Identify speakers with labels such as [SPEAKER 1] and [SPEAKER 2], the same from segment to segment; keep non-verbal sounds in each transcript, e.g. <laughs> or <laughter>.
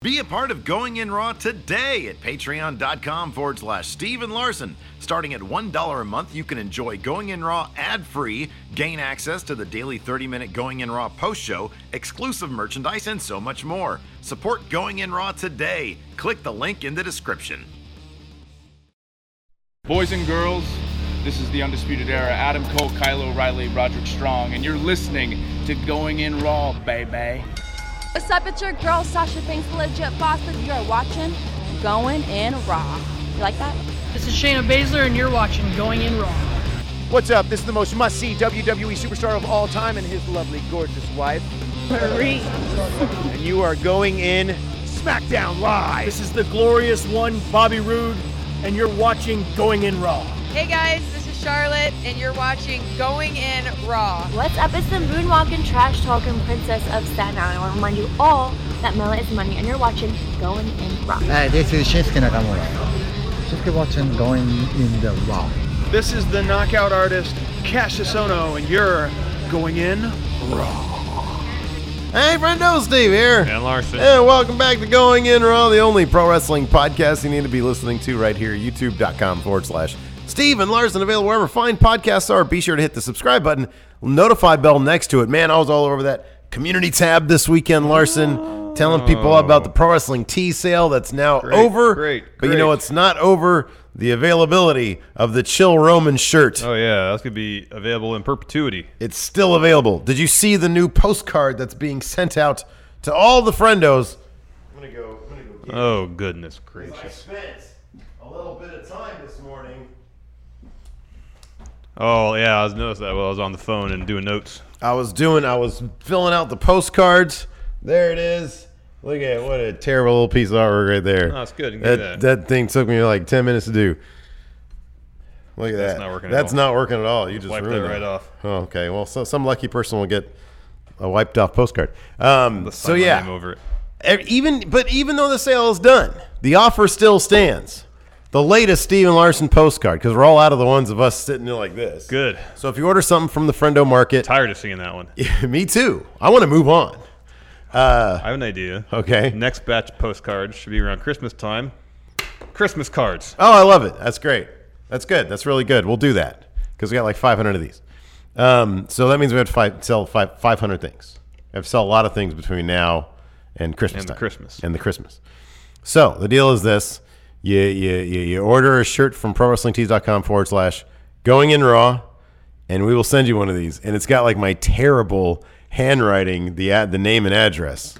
[SPEAKER 1] Be a part of Going In Raw today at patreon.com forward slash Steven Larson. Starting at $1 a month, you can enjoy Going In Raw ad free, gain access to the daily 30 minute Going In Raw post show, exclusive merchandise, and so much more. Support Going In Raw today. Click the link in the description.
[SPEAKER 2] Boys and girls, this is the Undisputed Era. Adam Cole, Kylo Riley, Roderick Strong, and you're listening to Going In Raw, baby.
[SPEAKER 3] What's up? It's your girl Sasha Banks, the legit boss, and you're watching Going in Raw. You like that?
[SPEAKER 4] This is Shayna Baszler, and you're watching Going In Raw.
[SPEAKER 5] What's up? This is the most must see WWE superstar of all time and his lovely, gorgeous wife.
[SPEAKER 4] Marie.
[SPEAKER 5] And you are going in SmackDown Live.
[SPEAKER 6] This is the glorious one, Bobby Roode, and you're watching Going In Raw.
[SPEAKER 7] Hey guys, this is Charlotte, and you're watching Going In Raw.
[SPEAKER 8] What's up? It's the moonwalking, trash talking princess of Staten Island. I want to remind you all that Mela is money, and you're watching Going in Rock.
[SPEAKER 9] Hi, this is Shinsuke Nakamura. Shinsuke watching going in the raw.
[SPEAKER 10] This is the knockout artist Cassius Ono, and you're going in.
[SPEAKER 11] Hey, friendo, Steve here.
[SPEAKER 12] And Larson.
[SPEAKER 11] And welcome back to Going In Raw, the only pro wrestling podcast you need to be listening to right here, youtube.com forward slash Steve and Larson, available wherever fine podcasts are. Be sure to hit the subscribe button, notify bell next to it. Man, I was all over that community tab this weekend, Larson, telling people about the pro wrestling tea sale that's now over.
[SPEAKER 12] Oh. great,
[SPEAKER 11] But you know,
[SPEAKER 12] great.
[SPEAKER 11] it's not over. The availability of the Chill Roman shirt.
[SPEAKER 12] Oh yeah, that's gonna be available in perpetuity.
[SPEAKER 11] It's still available. Did you see the new postcard that's being sent out to all the friendos? I'm gonna go. I'm gonna go get
[SPEAKER 12] Oh goodness gracious.
[SPEAKER 11] spent a little bit of time this morning.
[SPEAKER 12] Oh yeah, I was noticed that while I was on the phone and doing notes.
[SPEAKER 11] I was doing. I was filling out the postcards. There it is. Look at what a terrible little piece of artwork right there.
[SPEAKER 12] Oh, it's good. You can
[SPEAKER 11] That,
[SPEAKER 12] do that.
[SPEAKER 11] that thing took me like ten minutes to do. Look at
[SPEAKER 12] That's
[SPEAKER 11] that.
[SPEAKER 12] not working at
[SPEAKER 11] That's
[SPEAKER 12] all.
[SPEAKER 11] not working at all. You just
[SPEAKER 12] wipe that
[SPEAKER 11] ruined it.
[SPEAKER 12] right off.
[SPEAKER 11] Oh, okay. Well, so some lucky person will get a wiped off postcard. Um,
[SPEAKER 12] Let's
[SPEAKER 11] so
[SPEAKER 12] sign my
[SPEAKER 11] yeah,
[SPEAKER 12] name over it.
[SPEAKER 11] Ev- even but even though the sale is done, the offer still stands. The latest Steven Larson postcard because we're all out of the ones of us sitting there like this.
[SPEAKER 12] Good.
[SPEAKER 11] So if you order something from the Friendo Market, <laughs>
[SPEAKER 12] Tired of seeing that one.
[SPEAKER 11] me too. I want to move on.
[SPEAKER 12] I have an idea.
[SPEAKER 11] Okay.
[SPEAKER 12] Next batch of postcards should be around Christmas time. Christmas cards.
[SPEAKER 11] Oh, I love it. That's great. That's good. That's really good. We'll do that because we got like 500 of these. Um, so that means we have to fight, sell five, 500 things. We have to sell a lot of things between now and Christmas.
[SPEAKER 12] And the
[SPEAKER 11] time.
[SPEAKER 12] Christmas.
[SPEAKER 11] And the Christmas. So the deal is this you, you, you, you order a shirt from prowrestlingtees.com forward slash going in raw, and we will send you one of these. And it's got like my terrible handwriting, the, ad, the name and address.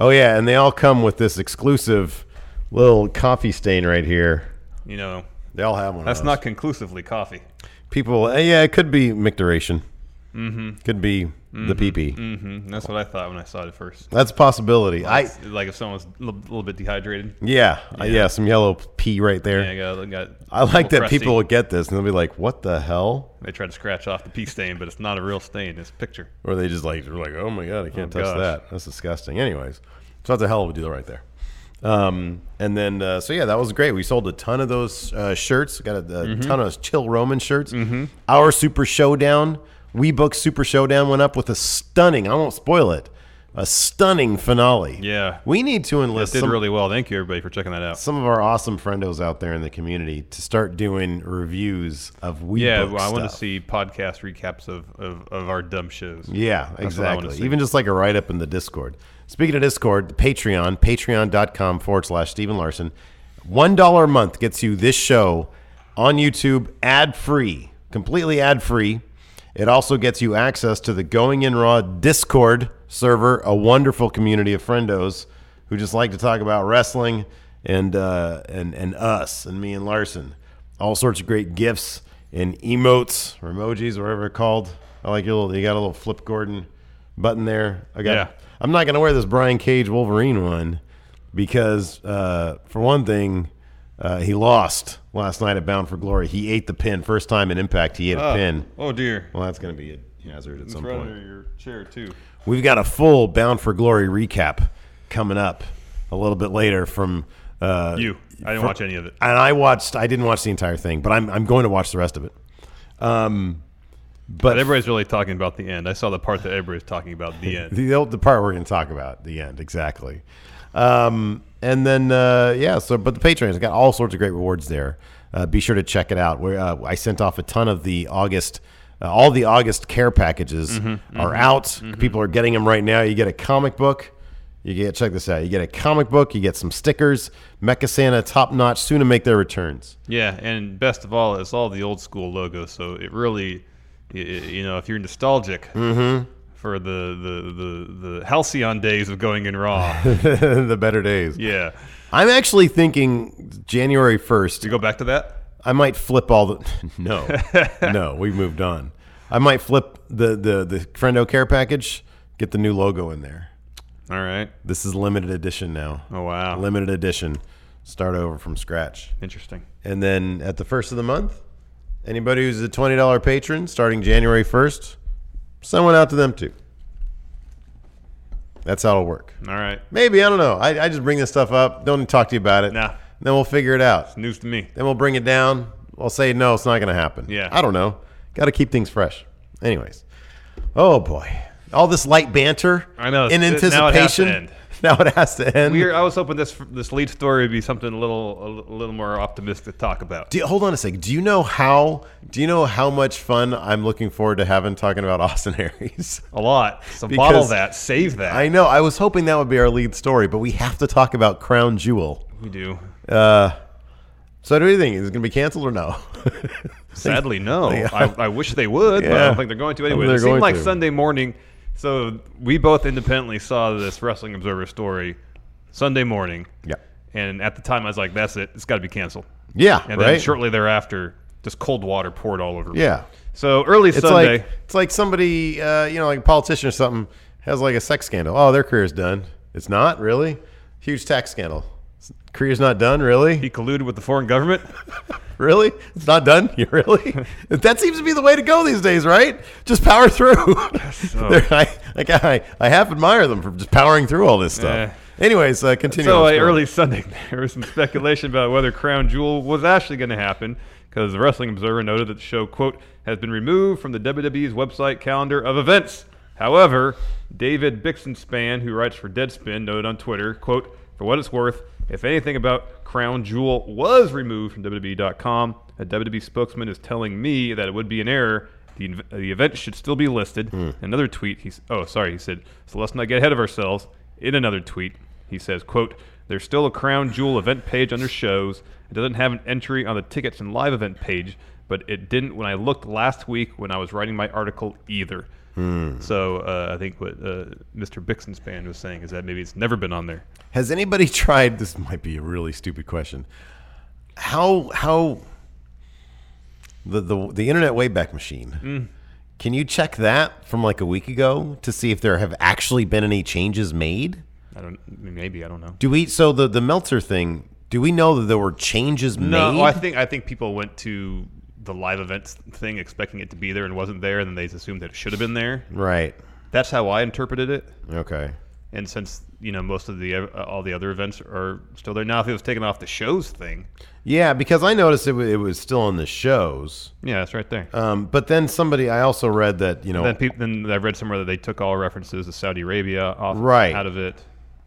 [SPEAKER 11] Oh, yeah. And they all come with this exclusive little coffee stain right here.
[SPEAKER 12] You know,
[SPEAKER 11] They all have one.
[SPEAKER 12] that's
[SPEAKER 11] of those.
[SPEAKER 12] not conclusively coffee.
[SPEAKER 11] people. eh, yeah, it could be micturition. Mm-hmm. Could be the PP.
[SPEAKER 12] Mm-hmm. That's what I thought when I saw it first.
[SPEAKER 11] That's a possibility. I
[SPEAKER 12] It's like if someone's a little, little bit dehydrated.
[SPEAKER 11] yeah, yeah yeah some yellow pee right there.
[SPEAKER 12] Yeah, I got, got
[SPEAKER 11] I
[SPEAKER 12] a little
[SPEAKER 11] like that
[SPEAKER 12] crusty.
[SPEAKER 11] people will get this and they'll be like, "What the hell?"
[SPEAKER 12] They try to scratch off the pea stain, but it's not a real stain. It's a picture.
[SPEAKER 11] Or they just like they're like, "Oh my god, I can't
[SPEAKER 12] Oh,
[SPEAKER 11] touch
[SPEAKER 12] gosh.
[SPEAKER 11] that. That's disgusting." Anyways, so that's a hell of a deal right there. Um, and then uh, so yeah, that was great. We sold a ton of those uh, shirts. Got a, a
[SPEAKER 12] Mm-hmm.
[SPEAKER 11] ton of Chill Roman shirts. Our Super Showdown, We Book Super Showdown went up with a stunning. I won't spoil it. A stunning finale.
[SPEAKER 12] Yeah.
[SPEAKER 11] we need to
[SPEAKER 12] It
[SPEAKER 11] enlist
[SPEAKER 12] did
[SPEAKER 11] some,
[SPEAKER 12] really well. Thank you, everybody, for checking that out.
[SPEAKER 11] some of our awesome friendos out there in the community to start doing reviews of We
[SPEAKER 12] Yeah,
[SPEAKER 11] Book
[SPEAKER 12] well, I want to
[SPEAKER 11] stuff.
[SPEAKER 12] see podcast recaps of, of, of our dumb shows.
[SPEAKER 11] Yeah,
[SPEAKER 12] That's what I wanna
[SPEAKER 11] exactly.
[SPEAKER 12] see.
[SPEAKER 11] Even just like a write up in the Discord. Speaking of Discord, the Patreon, patreon.com forward slash Stephen Larson. $1 a month gets you this show on YouTube ad free, completely ad free. It also gets you access to the Going In Raw Discord server, a wonderful community of friendos who just like to talk about wrestling and uh, and and us and me and Larson. All sorts of great gifts and emotes or emojis, whatever they're called. I like your little. You got a little Flip Gordon button there. I got.
[SPEAKER 12] Yeah.
[SPEAKER 11] I'm not gonna wear this Brian Cage Wolverine one because uh, for one thing. Uh, he lost last night at Bound for Glory. He ate the pin first time in Impact. He ate a
[SPEAKER 12] Oh,
[SPEAKER 11] pin.
[SPEAKER 12] Oh dear.
[SPEAKER 11] Well, that's going to be a hazard at some
[SPEAKER 12] right
[SPEAKER 11] point.
[SPEAKER 12] under your chair too.
[SPEAKER 11] We've got a full Bound for Glory recap coming up a little bit later from uh,
[SPEAKER 12] You. I didn't
[SPEAKER 11] for-
[SPEAKER 12] watch any of it.
[SPEAKER 11] And I watched. I didn't watch the entire thing, but I'm I'm going to watch the rest of it. Um, But,
[SPEAKER 12] everybody's really talking about the end. I saw the part that everybody's talking
[SPEAKER 11] <laughs>
[SPEAKER 12] about the end.
[SPEAKER 11] The, the part we're going to talk about, the end, exactly. Um, and then, uh, yeah, so, but the Patreon has got all sorts of great rewards there. Uh, be sure to check it out. Where uh, I sent off a ton of the August, uh, all the August care packages
[SPEAKER 12] Mhm,
[SPEAKER 11] are
[SPEAKER 12] mhm,
[SPEAKER 11] out. People are getting them right now. You get a comic book. You get, check this out. You get a comic book. You get some stickers. Mecha Santa, top notch, soon to make their returns.
[SPEAKER 12] Yeah, and best of all, it's all the old school logo. So it really, y- y- you know, if you're nostalgic
[SPEAKER 11] Mhm.
[SPEAKER 12] for the the the the halcyon days of going
[SPEAKER 11] <laughs>
[SPEAKER 12] in raw,
[SPEAKER 11] <laughs> the better days.
[SPEAKER 12] Yeah.
[SPEAKER 11] I'm actually thinking January 1st. You
[SPEAKER 12] go back to that?
[SPEAKER 11] I might flip all the <laughs> No. no, we've moved on. I might flip the the the Friendo care package, get the new logo in there.
[SPEAKER 12] All right.
[SPEAKER 11] This is limited edition now.
[SPEAKER 12] Oh wow.
[SPEAKER 11] Limited edition. Start over from scratch.
[SPEAKER 12] Interesting.
[SPEAKER 11] And then at the first of the month, anybody who's a $20 patron starting January 1st, send one out to them too. That's how it'll work.
[SPEAKER 12] All right.
[SPEAKER 11] Maybe I don't know. I, I just bring this stuff up. Don't even talk to you about it. Nah. Then we'll figure it out. It's
[SPEAKER 12] news to me.
[SPEAKER 11] Then we'll bring it down. I'll say no, it's not going to happen.
[SPEAKER 12] Yeah.
[SPEAKER 11] I don't know. Got to keep things fresh. Anyways, oh boy, all this light banter.
[SPEAKER 12] I know.
[SPEAKER 11] In
[SPEAKER 12] It-
[SPEAKER 11] anticipation.
[SPEAKER 12] now it has to end.
[SPEAKER 11] <laughs> Now it has to end.
[SPEAKER 12] We're, I was hoping this this lead story would be something a little a little more optimistic to talk about.
[SPEAKER 11] Do, hold on a second. Do you know how? Do you know how much fun I'm looking forward to having talking about Austin <laughs> Aries?
[SPEAKER 12] A lot. So
[SPEAKER 11] Because-
[SPEAKER 12] bottle that, save that.
[SPEAKER 11] I know. I was hoping that would be our lead story, but we have to talk about Crown Jewel.
[SPEAKER 12] We do.
[SPEAKER 11] Uh, so, do you think is it going to be canceled or no? <laughs>
[SPEAKER 12] Sadly, no.
[SPEAKER 11] Yeah.
[SPEAKER 12] I, I wish they would, but I
[SPEAKER 11] Yeah.
[SPEAKER 12] don't think they're going to
[SPEAKER 11] I don't
[SPEAKER 12] anyway.
[SPEAKER 11] think
[SPEAKER 12] It
[SPEAKER 11] they're
[SPEAKER 12] seemed
[SPEAKER 11] going
[SPEAKER 12] like
[SPEAKER 11] to.
[SPEAKER 12] Sunday morning. So we both independently saw this Wrestling Observer story Sunday morning.
[SPEAKER 11] Yeah.
[SPEAKER 12] And at the time, I was like, "That's it. It's got to be canceled."
[SPEAKER 11] Yeah,
[SPEAKER 12] And then
[SPEAKER 11] right?
[SPEAKER 12] shortly thereafter, just cold water poured all over me.
[SPEAKER 11] Yeah.
[SPEAKER 12] So early
[SPEAKER 11] it's
[SPEAKER 12] Sunday.
[SPEAKER 11] Like, it's like somebody, uh, you know, like a politician or something has like a sex scandal. Oh, their career's done. It's not really huge tax scandal. Career's not done, really.
[SPEAKER 12] <laughs>
[SPEAKER 11] He
[SPEAKER 12] colluded with the foreign government.
[SPEAKER 11] really, it's not done. <laughs> You really?
[SPEAKER 12] <laughs>
[SPEAKER 11] that seems to be the way to go these days, right? Just power through. <laughs>
[SPEAKER 12] so.
[SPEAKER 11] They're- I, like I, I half admire them for just powering through all this stuff. Anyways, uh, continue.
[SPEAKER 12] So
[SPEAKER 11] on
[SPEAKER 12] uh,
[SPEAKER 11] the story.
[SPEAKER 12] early Sunday, <laughs> there was some speculation about whether Crown Jewel was actually going to happen because the Wrestling Observer noted that the show, quote, has been removed from the WWE's website calendar of events. However, David Bixenspan, who writes for Deadspin, noted on Twitter, quote, for what it's worth, if anything about Crown Jewel was removed from WWE.com, a WWE spokesman is telling me that it would be an error. The, inv- the event should still be listed.
[SPEAKER 11] Hmm.
[SPEAKER 12] Another tweet, he's, oh, sorry, he said, so let's not get ahead of ourselves. In another tweet, he says, quote, there's still a crown jewel event page under shows. It doesn't have an entry on the tickets and live event page, but it didn't when I looked last week when I was writing my article either.
[SPEAKER 11] Hmm.
[SPEAKER 12] So uh, I think what uh, Mr. Bixenspan was saying is that maybe it's never been on there.
[SPEAKER 11] Has anybody <laughs> tried? This might be a really stupid question. How how the the the internet wayback machine?
[SPEAKER 12] Mm.
[SPEAKER 11] Can you check that from like a week ago to see if there have actually been any changes made?
[SPEAKER 12] I don't. Maybe I don't know.
[SPEAKER 11] Do we? So the the Meltzer thing. Do we know that there were changes
[SPEAKER 12] No,
[SPEAKER 11] made?
[SPEAKER 12] I think I think people went to the live events thing expecting it to be there and wasn't there, and then they assumed that it should have been there.
[SPEAKER 11] right.
[SPEAKER 12] That's how I interpreted it.
[SPEAKER 11] Okay.
[SPEAKER 12] And since you know most of the uh, all the other events are still there now, if it was taken off the shows thing,
[SPEAKER 11] Yeah, because I noticed it, wa- it was still on the shows.
[SPEAKER 12] yeah, it's right there.
[SPEAKER 11] Um, but then somebody, I also read that you know
[SPEAKER 12] then, peop then I read somewhere that they took all references to Saudi Arabia off
[SPEAKER 11] Right.
[SPEAKER 12] out of it.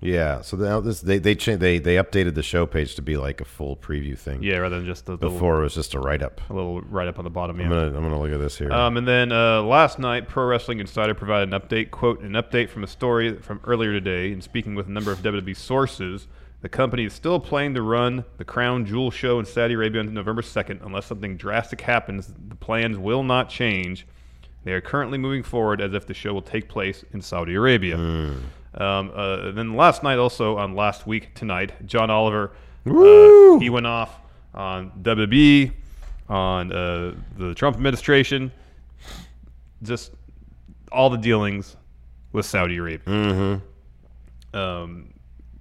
[SPEAKER 11] Yeah, so now this they they cha- they they updated the show page to be like a full preview thing.
[SPEAKER 12] Yeah, rather than just the little-
[SPEAKER 11] before it was just a write up.
[SPEAKER 12] A little write up on the bottom. Yeah.
[SPEAKER 11] I'm gonna I'm gonna look at this here.
[SPEAKER 12] Um, and then uh, last night, Pro Wrestling Insider provided an update quote, an update from a story from earlier today. And speaking with a number of WWE sources, the company is still planning to run the Crown Jewel show in Saudi Arabia on November 2nd. Unless something drastic happens, the plans will not change. They are currently moving forward as if the show will take place in Saudi Arabia. Um, uh, then last night, also on last week tonight, John Oliver uh, he went off on WB, on uh, the Trump administration, just all the dealings with Saudi Arabia. Um,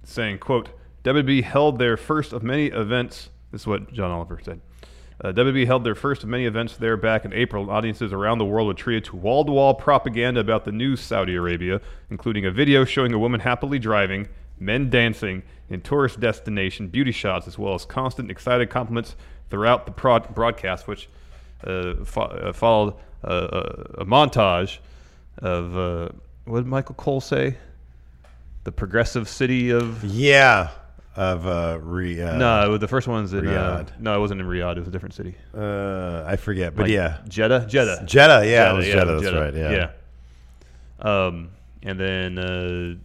[SPEAKER 12] saying, quote, WB held their first of many events. This is what John Oliver said. Uh, WB held their first of many events there back in April, and audiences around the world were treated to wall to wall propaganda about the new Saudi Arabia, including a video showing a woman happily driving, men dancing, and tourist destination beauty shots, as well as constant excited compliments throughout the prod- broadcast, which uh, fo- uh, followed uh, a, a montage of uh, what did Michael Cole say? The progressive city of
[SPEAKER 11] yeah of uh, Riyadh.
[SPEAKER 12] No, the first one's in uh,
[SPEAKER 11] Riyadh.
[SPEAKER 12] no, it wasn't in Riyadh. It was a different city.
[SPEAKER 11] Uh, I forget, but
[SPEAKER 12] Like
[SPEAKER 11] yeah,
[SPEAKER 12] Jeddah, Jeddah,
[SPEAKER 11] Jeddah. Yeah, it was Jeddah. That's right. Yeah.
[SPEAKER 12] Yeah. Um, and then uh,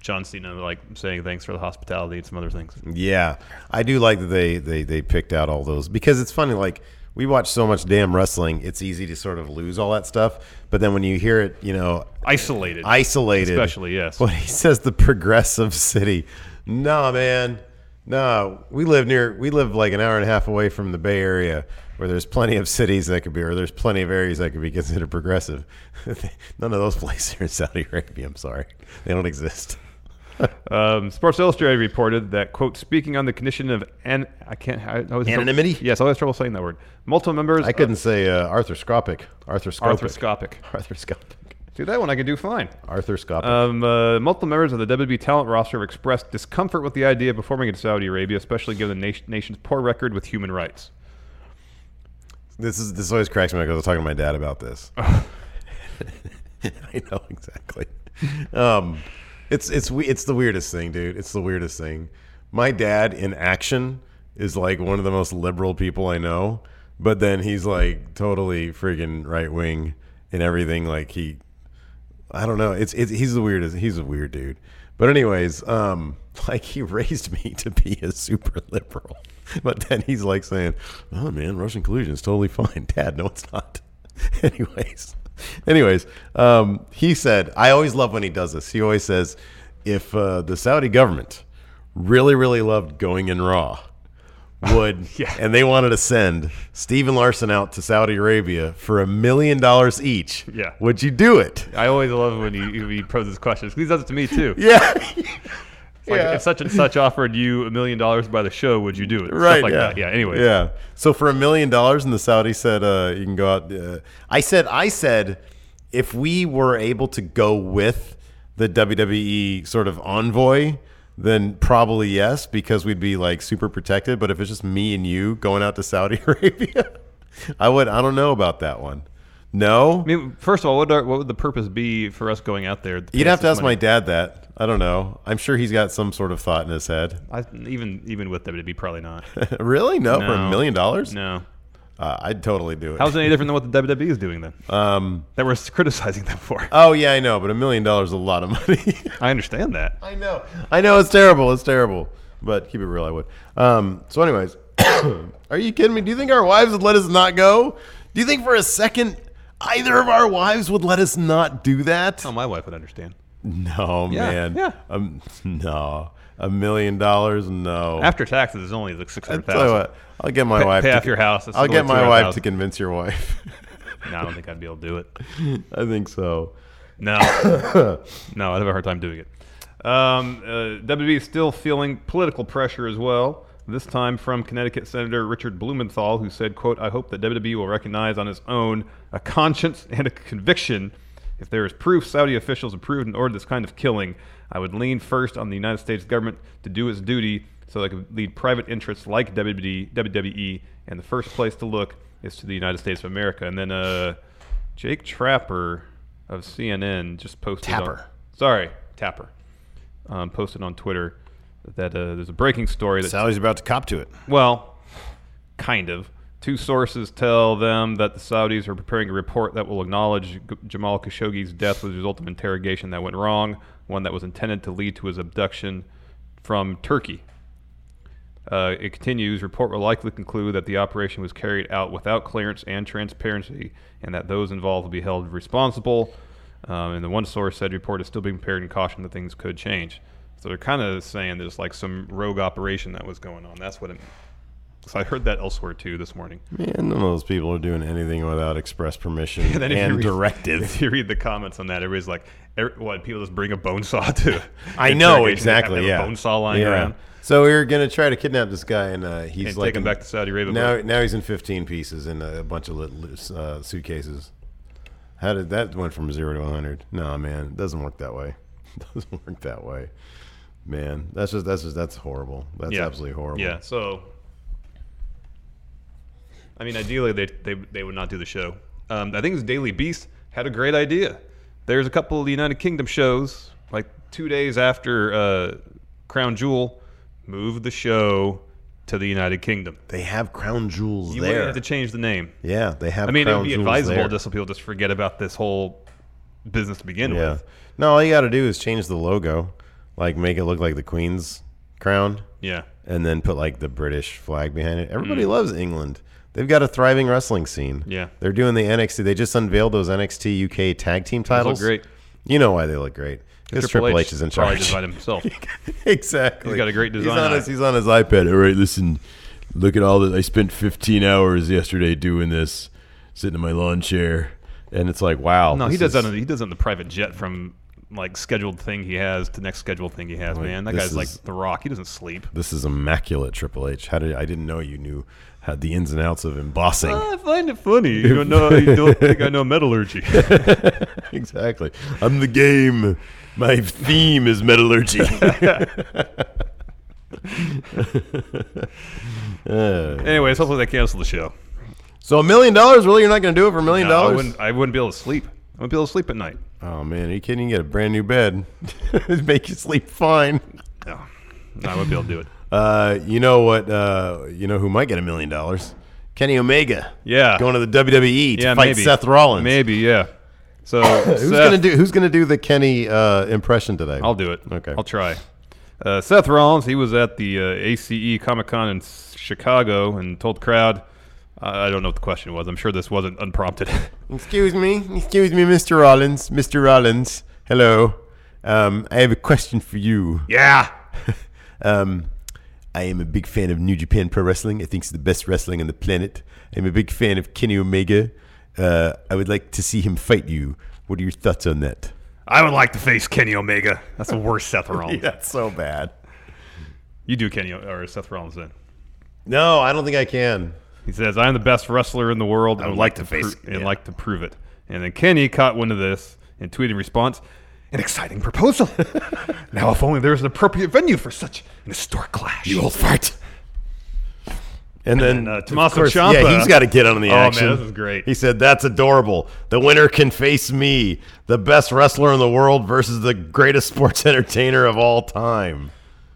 [SPEAKER 12] John Cena like saying thanks for the hospitality and some other things.
[SPEAKER 11] Yeah, I do like that they they they picked out all those because it's funny. Like we watch so much damn wrestling, it's easy to sort of lose all that stuff. But then when you hear it, you know,
[SPEAKER 12] Isolated.
[SPEAKER 11] isolated,
[SPEAKER 12] Especially, yes.
[SPEAKER 11] When he says the progressive city, nah, man, nah. We live near, we live like an hour and a half away from the Bay Area. Where there's plenty of cities that could be, or there's plenty of areas that could be considered progressive. <laughs> None of those places are in Saudi Arabia. I'm sorry, they don't exist.
[SPEAKER 12] Um, Sports Illustrated reported that, quote, speaking on the condition of an I can't I always have trouble-
[SPEAKER 11] Anonymity?
[SPEAKER 12] yes, I always have trouble saying that word. Multiple members.
[SPEAKER 11] I couldn't say uh, arthroscopic. Arthroscopic.
[SPEAKER 12] Arthroscopic.
[SPEAKER 11] Arthroscopic.
[SPEAKER 12] See that one I can do fine.
[SPEAKER 11] Arthroscopic.
[SPEAKER 12] Um, uh, multiple members of the WWE talent roster have expressed discomfort with the idea of performing in Saudi Arabia, especially given the nation, nation's poor record with human rights.
[SPEAKER 11] this is this always cracks me up because I was talking to my dad about this. I know exactly. Um, it's it's we- it's the weirdest thing, dude. It's the weirdest thing. My dad in action is like one of the most liberal people I know, but then he's like totally freaking right wing and everything. Like he, I don't know. It's it's he's the weirdest. He's a weird dude. But anyways, um, <laughs> like he raised me <laughs> to be a super liberal, <laughs> but then he's like saying, "Oh man, Russian collusion is totally fine, <laughs> Dad. No, it's not." anyways, <laughs> anyways, um, he said, "I always love when he does this. He always says, if uh, the Saudi government really, really loved going in raw." Would and they wanted to send Steven Larson out to Saudi Arabia for a million dollars each.
[SPEAKER 12] Yeah.
[SPEAKER 11] Would you do it?
[SPEAKER 12] I always love when he, he poses questions. 'cause He does it to
[SPEAKER 11] <laughs>
[SPEAKER 12] me too. <laughs>
[SPEAKER 11] Yeah.
[SPEAKER 12] It's like
[SPEAKER 11] Yeah.
[SPEAKER 12] if such and such offered you a million dollars by the show, would you do it?
[SPEAKER 11] Right.
[SPEAKER 12] Stuff like
[SPEAKER 11] yeah.
[SPEAKER 12] that. Yeah. Anyways.
[SPEAKER 11] Yeah. So for a million dollars, and the Saudi said, uh, "You can go out." Uh, I said, "I said, if we were able to go with the WWE sort of envoy, then probably yes, because we'd be like super protected. But if it's just me and you going out to Saudi <laughs> Arabia, I would. I don't know about that one. No.
[SPEAKER 12] I mean, first of all, what, are, what would the purpose be for us going out there?
[SPEAKER 11] You'd have to ask my dad that. I don't know. I'm sure he's got some sort of thought in his head. <laughs>
[SPEAKER 12] I, even even with them, it'd be probably not.
[SPEAKER 11] really? No, for a million dollars?
[SPEAKER 12] No.
[SPEAKER 11] Uh, I'd totally do it.
[SPEAKER 12] How's it any different than what the WWE is doing then?
[SPEAKER 11] Um,
[SPEAKER 12] that we're <laughs> criticizing them for.
[SPEAKER 11] Oh yeah, I know, but a million dollars is a lot of money. <laughs>
[SPEAKER 12] I understand that.
[SPEAKER 11] I know. I know it's terrible. It's terrible. But keep it real, I would. Um, so, anyways, <coughs> are you kidding me? Do you think our wives would let us not go? Do you think for a second either of our wives would let us not do that?
[SPEAKER 12] Oh, my wife would understand.
[SPEAKER 11] No,
[SPEAKER 12] Yeah,
[SPEAKER 11] man.
[SPEAKER 12] yeah.
[SPEAKER 11] Um, no, a million dollars. No.
[SPEAKER 12] After taxes, it's only like six
[SPEAKER 11] I
[SPEAKER 12] hundred
[SPEAKER 11] tell you
[SPEAKER 12] thousand.
[SPEAKER 11] what, I'll get my
[SPEAKER 12] pay,
[SPEAKER 11] wife.
[SPEAKER 12] Pay
[SPEAKER 11] to-
[SPEAKER 12] off your house. It's
[SPEAKER 11] I'll
[SPEAKER 12] only
[SPEAKER 11] get my wife to
[SPEAKER 12] $200,000.
[SPEAKER 11] convince your wife. <laughs>
[SPEAKER 12] No, I don't think I'd be able to do it.
[SPEAKER 11] I think so.
[SPEAKER 12] No,
[SPEAKER 11] <laughs>
[SPEAKER 12] no, I'd have a hard time doing it. Um, uh, WWE is still feeling political pressure as well. This time from Connecticut Senator Richard Blumenthal, who said, "quote I hope that WWE will recognize on its own a conscience and a conviction. If there is proof Saudi officials approved and ordered this kind of killing, I would lean first on the United States government to do its duty, so they could lead private interests like WWE, WWE, E, and the first place to look is to the United States of America." And then uh, Jake Trapper of CNN just posted
[SPEAKER 11] Tapper.
[SPEAKER 12] On, sorry, Tapper. Um, posted on Twitter that uh, there's a breaking story that
[SPEAKER 11] Sally's about to cop to it.
[SPEAKER 12] well, kind of. Two sources tell them that the Saudis are preparing a report that will acknowledge G- Jamal Khashoggi's death was a result of interrogation that went wrong, one that was intended to lead to his abduction from Turkey. Uh, it continues. Report will likely conclude that the operation was carried out without clearance and transparency, and that those involved will be held responsible. Um, and the one source said report is still being prepared and cautioned that things could change. So they're kind of saying there's like some rogue operation that was going on. That's what it. So I heard that elsewhere too this morning.
[SPEAKER 11] Man, none of those people are doing anything without express permission <laughs>
[SPEAKER 12] And
[SPEAKER 11] and,
[SPEAKER 12] <laughs> then if you read,
[SPEAKER 11] directive.
[SPEAKER 12] <laughs> If you read the comments on that, everybody's like, every, "What people just bring a bone
[SPEAKER 11] <laughs>
[SPEAKER 12] saw to?"
[SPEAKER 11] I know
[SPEAKER 12] interrogation. They have to
[SPEAKER 11] exactly.
[SPEAKER 12] have
[SPEAKER 11] Yeah,
[SPEAKER 12] a bone saw lying
[SPEAKER 11] Yeah.
[SPEAKER 12] around.
[SPEAKER 11] So we were gonna try to kidnap this guy, and uh, he's
[SPEAKER 12] And take
[SPEAKER 11] like
[SPEAKER 12] him back to Saudi Arabia,
[SPEAKER 11] Now,
[SPEAKER 12] but-
[SPEAKER 11] now he's in 15 pieces and a bunch of lit- loose uh, suitcases. How did that went from zero to 100? No, man, it doesn't work that way. <laughs> It doesn't work that way, man. That's just that's just that's horrible. That's
[SPEAKER 12] Yeah.
[SPEAKER 11] absolutely horrible.
[SPEAKER 12] Yeah. So I mean, ideally, they, they, they would not do the show. Um, I think it's Daily Beast had a great idea. There's a couple of the United Kingdom shows, like two days after uh, Crown Jewel, moved the show to the United Kingdom.
[SPEAKER 11] They have Crown Jewels
[SPEAKER 12] You
[SPEAKER 11] there.
[SPEAKER 12] wouldn't have to change the name.
[SPEAKER 11] Yeah, they have
[SPEAKER 12] I mean, it
[SPEAKER 11] Crown
[SPEAKER 12] would be
[SPEAKER 11] Jewels
[SPEAKER 12] advisable
[SPEAKER 11] there.
[SPEAKER 12] just so people just forget about this whole business to begin
[SPEAKER 11] yeah.
[SPEAKER 12] with.
[SPEAKER 11] No, all you got to do is change the logo, like make it look like the Queen's crown.
[SPEAKER 12] Yeah.
[SPEAKER 11] And then put like the British flag behind it. Everybody
[SPEAKER 12] Mm.
[SPEAKER 11] loves England. They've got a thriving wrestling scene.
[SPEAKER 12] Yeah.
[SPEAKER 11] They're doing the NXT. They just unveiled those NXT UK tag team titles.
[SPEAKER 12] great.
[SPEAKER 11] You know why they look great. Because Triple, H, is in
[SPEAKER 12] probably
[SPEAKER 11] charge.
[SPEAKER 12] designed himself.
[SPEAKER 11] <laughs> exactly.
[SPEAKER 12] He's got a great
[SPEAKER 11] He's
[SPEAKER 12] design.
[SPEAKER 11] on
[SPEAKER 12] eye.
[SPEAKER 11] his- he's on his iPad. All right, listen,
[SPEAKER 13] look at all that. I spent 15 hours yesterday doing this, sitting in my lawn chair, and it's like, wow.
[SPEAKER 12] No, he
[SPEAKER 13] this
[SPEAKER 12] does
[SPEAKER 13] is-
[SPEAKER 12] that. On, he does it on the private jet from like scheduled thing he has to next scheduled thing he has.
[SPEAKER 11] Like,
[SPEAKER 12] man, that
[SPEAKER 11] this
[SPEAKER 12] guy's like
[SPEAKER 11] is-
[SPEAKER 12] the Rock. He doesn't sleep.
[SPEAKER 11] This is immaculate, Triple H. How did I didn't know you knew had the ins and outs of
[SPEAKER 12] <laughs>
[SPEAKER 11] embossing. <laughs>
[SPEAKER 12] I find it funny. You don't know. You don't think I
[SPEAKER 11] <laughs>
[SPEAKER 12] know metallurgy.
[SPEAKER 11] exactly. I'm the game. My theme is
[SPEAKER 12] <laughs>
[SPEAKER 11] metallurgy. Uh,
[SPEAKER 12] Anyways, hopefully they cancel the show.
[SPEAKER 11] so a million dollars? Really? You're not going to do it for a million
[SPEAKER 12] No, I
[SPEAKER 11] dollars?
[SPEAKER 12] wouldn't, I wouldn't be able to sleep. I wouldn't be able to sleep at night.
[SPEAKER 11] Oh man, are you kidding? You get a brand new bed. <laughs> It'd Make you sleep fine.
[SPEAKER 12] No, no I wouldn't be able to do it.
[SPEAKER 11] Uh, you know what? Uh, you know who might get a million dollars? Kenny Omega.
[SPEAKER 12] Yeah.
[SPEAKER 11] going to the WWE to
[SPEAKER 12] Yeah,
[SPEAKER 11] fight
[SPEAKER 12] maybe.
[SPEAKER 11] Seth Rollins.
[SPEAKER 12] Maybe, yeah.
[SPEAKER 11] <laughs>
[SPEAKER 12] So
[SPEAKER 11] who's
[SPEAKER 12] Seth-
[SPEAKER 11] gonna do? Who's gonna do the Kenny uh, impression today?
[SPEAKER 12] I'll do it. Okay. I'll try. Uh, Seth Rollins, he was at the uh, ACE Comic Con in S- Chicago and told the crowd, I I don't know what the question was. I'm sure this wasn't unprompted. <laughs>
[SPEAKER 11] Excuse me, excuse me, Mr. Rollins, Mr. Rollins. Hello. Um, I have a question for you.
[SPEAKER 12] Yeah.
[SPEAKER 11] um, I am a big fan of New Japan Pro Wrestling. I think it's the best wrestling on the planet. I'm a big fan of Kenny Omega. Uh, I would like to see him fight you. What are your thoughts on that?
[SPEAKER 12] I would like to face Kenny Omega. That's the worst
[SPEAKER 11] <laughs>
[SPEAKER 12] Seth Rollins.
[SPEAKER 11] That's so bad.
[SPEAKER 12] You do Kenny O- or Seth Rollins then.
[SPEAKER 11] No, I don't think I can.
[SPEAKER 12] He says, "I am the best wrestler in the world. I would like, to face and like to prove it." And then Kenny caught wind of this and tweeted in response, "An exciting proposal. <laughs> now, if only there was an appropriate venue for such an historic clash." You old fart.
[SPEAKER 11] And then
[SPEAKER 12] uh,
[SPEAKER 11] of
[SPEAKER 12] Tommaso
[SPEAKER 11] course-
[SPEAKER 12] Ciampa.
[SPEAKER 11] Yeah, he's got to get on the
[SPEAKER 12] Oh, man,
[SPEAKER 11] action.
[SPEAKER 12] this is great.
[SPEAKER 11] He said, "That's adorable. The winner can face me, the best wrestler in the world versus the greatest <laughs> sports entertainer of all time."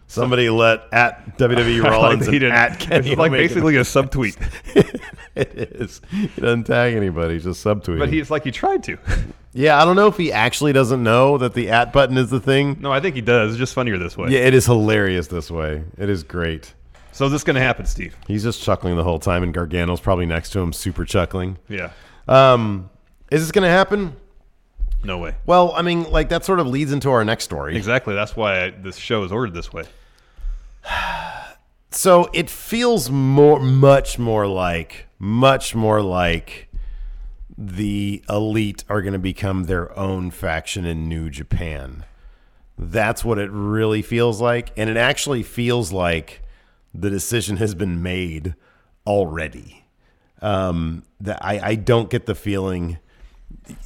[SPEAKER 11] Somebody let at
[SPEAKER 12] <laughs>
[SPEAKER 11] WWE
[SPEAKER 12] I like
[SPEAKER 11] Rollins
[SPEAKER 12] that <laughs> he
[SPEAKER 11] and
[SPEAKER 12] didn't-
[SPEAKER 11] at Kenny
[SPEAKER 12] it's like
[SPEAKER 11] Omega.
[SPEAKER 12] basically a <laughs> subtweet.
[SPEAKER 11] <laughs> it is. He doesn't tag anybody. He's just subtweeting.
[SPEAKER 12] But he, it's like he tried to. <laughs>
[SPEAKER 11] yeah, I don't know if he actually doesn't know that the at button is the thing.
[SPEAKER 12] No, I think he does. It's just funnier this way.
[SPEAKER 11] Yeah, it is hilarious this way. It is great.
[SPEAKER 12] So is this going to happen, Steve?
[SPEAKER 11] He's just chuckling the whole time, and Gargano's probably next to him, super chuckling.
[SPEAKER 12] Yeah.
[SPEAKER 11] Um, is this going to happen?
[SPEAKER 12] No way.
[SPEAKER 11] Well, I mean, like that sort of leads into our next story.
[SPEAKER 12] Exactly. That's why I, this show is ordered this way.
[SPEAKER 11] So it feels more, much more like, much more like the elite are going to become their own faction in New Japan. That's what it really feels like. And it actually feels like the decision has been made already. Um, that I, I don't get the feeling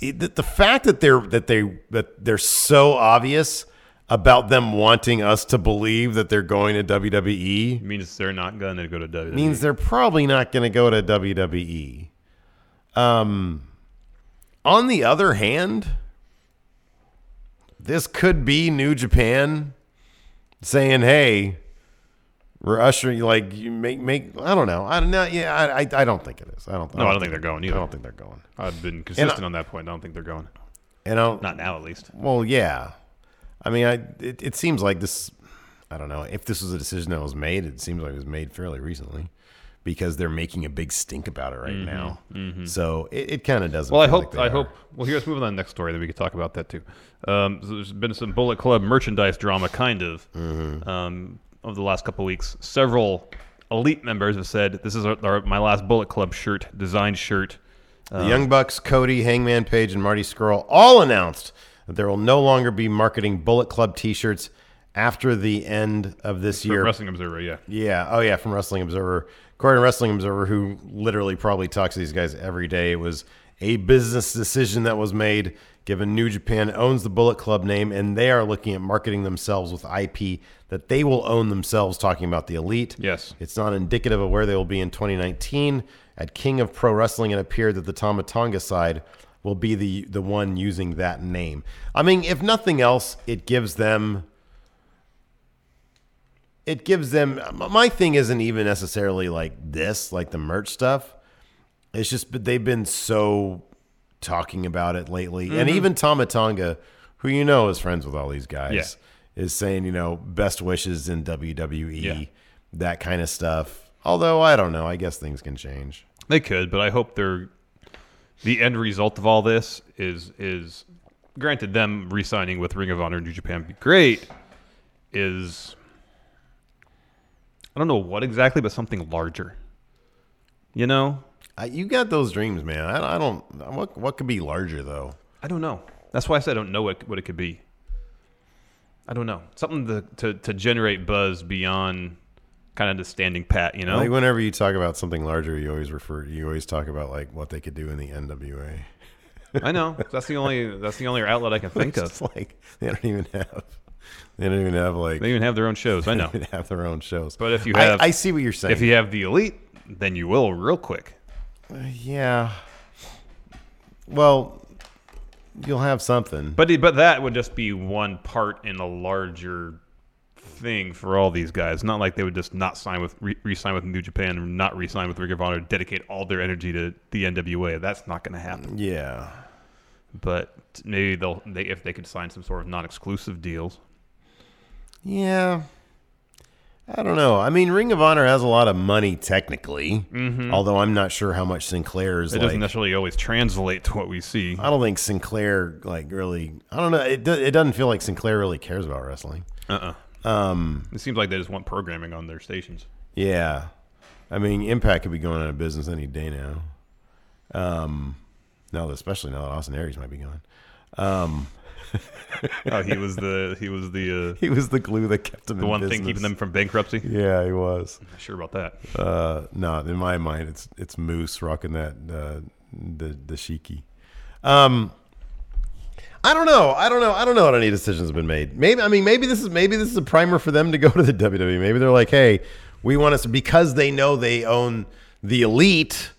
[SPEAKER 11] it, the, the fact that they're that they that they're so obvious about them wanting us to believe that they're going to E WWE
[SPEAKER 12] It means they're not going to E. go to WWE.
[SPEAKER 11] means they're probably not going to go to WWE. Um, on the other hand, this could be New Japan saying, "Hey, we're ushering like you make make I don't know I don't know yeah I I, I don't think it is I don't
[SPEAKER 12] No, I don't think they're going either.
[SPEAKER 11] I don't think they're going.
[SPEAKER 12] I've been
[SPEAKER 11] And I-
[SPEAKER 12] consistent on that point. I don't think they're going.
[SPEAKER 11] You know,
[SPEAKER 12] Not now, at least.
[SPEAKER 11] Well, yeah. I mean, I it, it seems like this. I don't know if this was a decision that was made. It seems like it was made fairly recently because they're making a big stink about it right
[SPEAKER 12] Mhm,
[SPEAKER 11] now.
[SPEAKER 12] mhm.
[SPEAKER 11] So it, it kind of doesn't.
[SPEAKER 12] Well, I
[SPEAKER 11] feel
[SPEAKER 12] hope.
[SPEAKER 11] like they
[SPEAKER 12] I
[SPEAKER 11] are.
[SPEAKER 12] hope. Well, here, let's move on to the next story. Then we can talk about that too. Um, so there's been some Bullet Club merchandise drama, kind of,
[SPEAKER 11] Mm-hmm.
[SPEAKER 12] um, over the last couple weeks. Several elite members have said, "This is our, our, my last Bullet Club shirt, designed shirt."
[SPEAKER 11] The Young Bucks, Cody, Hangman Page, and Marty Skrull all announced that there will no longer be marketing Bullet Club T-shirts after the end of this
[SPEAKER 12] from
[SPEAKER 11] year.
[SPEAKER 12] Wrestling Observer, yeah.
[SPEAKER 11] yeah, oh yeah, from Wrestling Observer. According to Wrestling Observer, who literally probably talks to these guys every day, it was a business decision that was made given New Japan owns the Bullet Club name and they are looking at marketing themselves with IP that they will own themselves talking about the Elite.
[SPEAKER 12] Yes.
[SPEAKER 11] It's not indicative of where they will be in 2019. At King of Pro Wrestling it appeared that the Tomatonga side will be the the one using that name. I mean, if nothing else, it gives them it gives them my thing isn't even necessarily like this like the merch stuff it's just but they've been so talking about it lately and
[SPEAKER 12] Mhm.
[SPEAKER 11] even tomatonga who you know is friends with all these guys
[SPEAKER 12] Yeah.
[SPEAKER 11] is saying you know best wishes in wwe that kind of stuff although i don't know i guess things can change
[SPEAKER 12] They could, but I hope they're the end result of all this is is granted them re-signing with Ring of Honor and New Japan would be great. Is I don't know what exactly, but something larger. You know,
[SPEAKER 11] I, you got those dreams, man. I, I don't. What what could be larger though?
[SPEAKER 12] I don't know. That's why I said I don't know what, what it could be. I don't know something to to, to generate buzz beyond kind of the standing pat. You know,
[SPEAKER 11] like whenever you talk about something larger you always refer you always talk about like what they could do in the nwa
[SPEAKER 12] I know that's the only that's the only outlet I can think of.
[SPEAKER 11] It's like they don't even have they don't even have like
[SPEAKER 12] They even have their own shows.
[SPEAKER 11] <laughs>
[SPEAKER 12] I
[SPEAKER 11] they
[SPEAKER 12] know.
[SPEAKER 11] don't have their own shows
[SPEAKER 12] But if you
[SPEAKER 11] I-
[SPEAKER 12] have,
[SPEAKER 11] I, see what you're saying
[SPEAKER 12] If you have the elite, then you will real quick.
[SPEAKER 11] yeah well you'll have something
[SPEAKER 12] But but that would just be one part in a larger thing for all these guys. Not like they would just not sign with re- re-sign with New Japan, and not re-sign with Ring of Honor, dedicate all their energy to the NWA. That's not going to happen.
[SPEAKER 11] Yeah.
[SPEAKER 12] But maybe they'll they, if they could sign some sort of non-exclusive deals.
[SPEAKER 11] yeah i don't know i mean ring of honor has a lot of money technically
[SPEAKER 12] Mhm.
[SPEAKER 11] although i'm not sure how much sinclair's
[SPEAKER 12] It
[SPEAKER 11] like Uh-uh.
[SPEAKER 12] doesn't necessarily always translate to what we see.
[SPEAKER 11] I don't think Sinclair like really. I don't know. It, do, it doesn't feel like Sinclair really cares about wrestling.
[SPEAKER 12] Uh.
[SPEAKER 11] uh Um.
[SPEAKER 12] It seems like they just want programming on their stations.
[SPEAKER 11] Yeah. I mean, Impact could be going out of business any day now. Um. Now, that- especially now that Austin Aries might be gone. <laughs> Um.
[SPEAKER 12] Oh, he was the he was the uh,
[SPEAKER 11] <laughs> He was the glue that kept him
[SPEAKER 12] the
[SPEAKER 11] in
[SPEAKER 12] one thing
[SPEAKER 11] business.
[SPEAKER 12] keeping them from bankruptcy.
[SPEAKER 11] Yeah, he was.
[SPEAKER 12] Not sure about that.
[SPEAKER 11] Uh, no, in my mind, it's it's Moose rocking that uh, the the Shiki. Um, I don't know. I don't know. I don't know what any decisions have been made. Maybe I mean maybe this is maybe this is a primer for them to go to the <laughs> WWE. Maybe they're like, hey, we want us because they know they own the elite.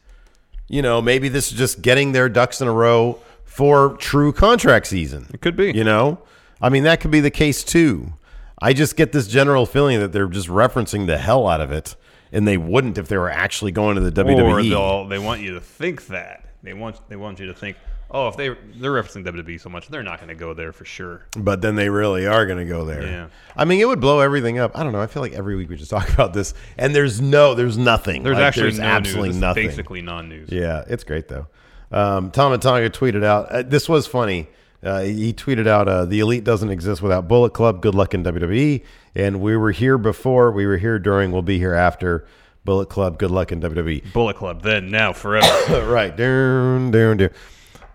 [SPEAKER 11] You know, maybe this is just getting their ducks in a row for true contract season. It
[SPEAKER 12] could be.
[SPEAKER 11] You know, I mean that could be the case too. I just get this general feeling that they're just referencing the hell out of it, and they wouldn't if they were actually going to the E.
[SPEAKER 12] Or
[SPEAKER 11] WWE.
[SPEAKER 12] they'll, they want you to think that they want they want you to think, oh, if they they're referencing WWE so much, they're not going to go there for sure.
[SPEAKER 11] But then they really are going to go there.
[SPEAKER 12] Yeah.
[SPEAKER 11] I mean, it would blow everything up. I don't know. I feel like every week we just <laughs> talk about this, and there's no, there's nothing.
[SPEAKER 12] There's
[SPEAKER 11] Like,
[SPEAKER 12] actually
[SPEAKER 11] there's
[SPEAKER 12] no news.
[SPEAKER 11] absolutely
[SPEAKER 12] This is
[SPEAKER 11] nothing.
[SPEAKER 12] basically non-news.
[SPEAKER 11] Yeah, it's great though. Um, Tom and Tonga tweeted out. Uh, this was funny. Uh, he tweeted out, uh, "The elite doesn't exist without Bullet Club. Good luck in WWE." And we were here before. We were here during. We'll be here after. Bullet Club. Good luck in WWE.
[SPEAKER 12] Bullet Club, then, now,
[SPEAKER 11] <coughs>
[SPEAKER 12] forever.
[SPEAKER 11] right. Down, down, down.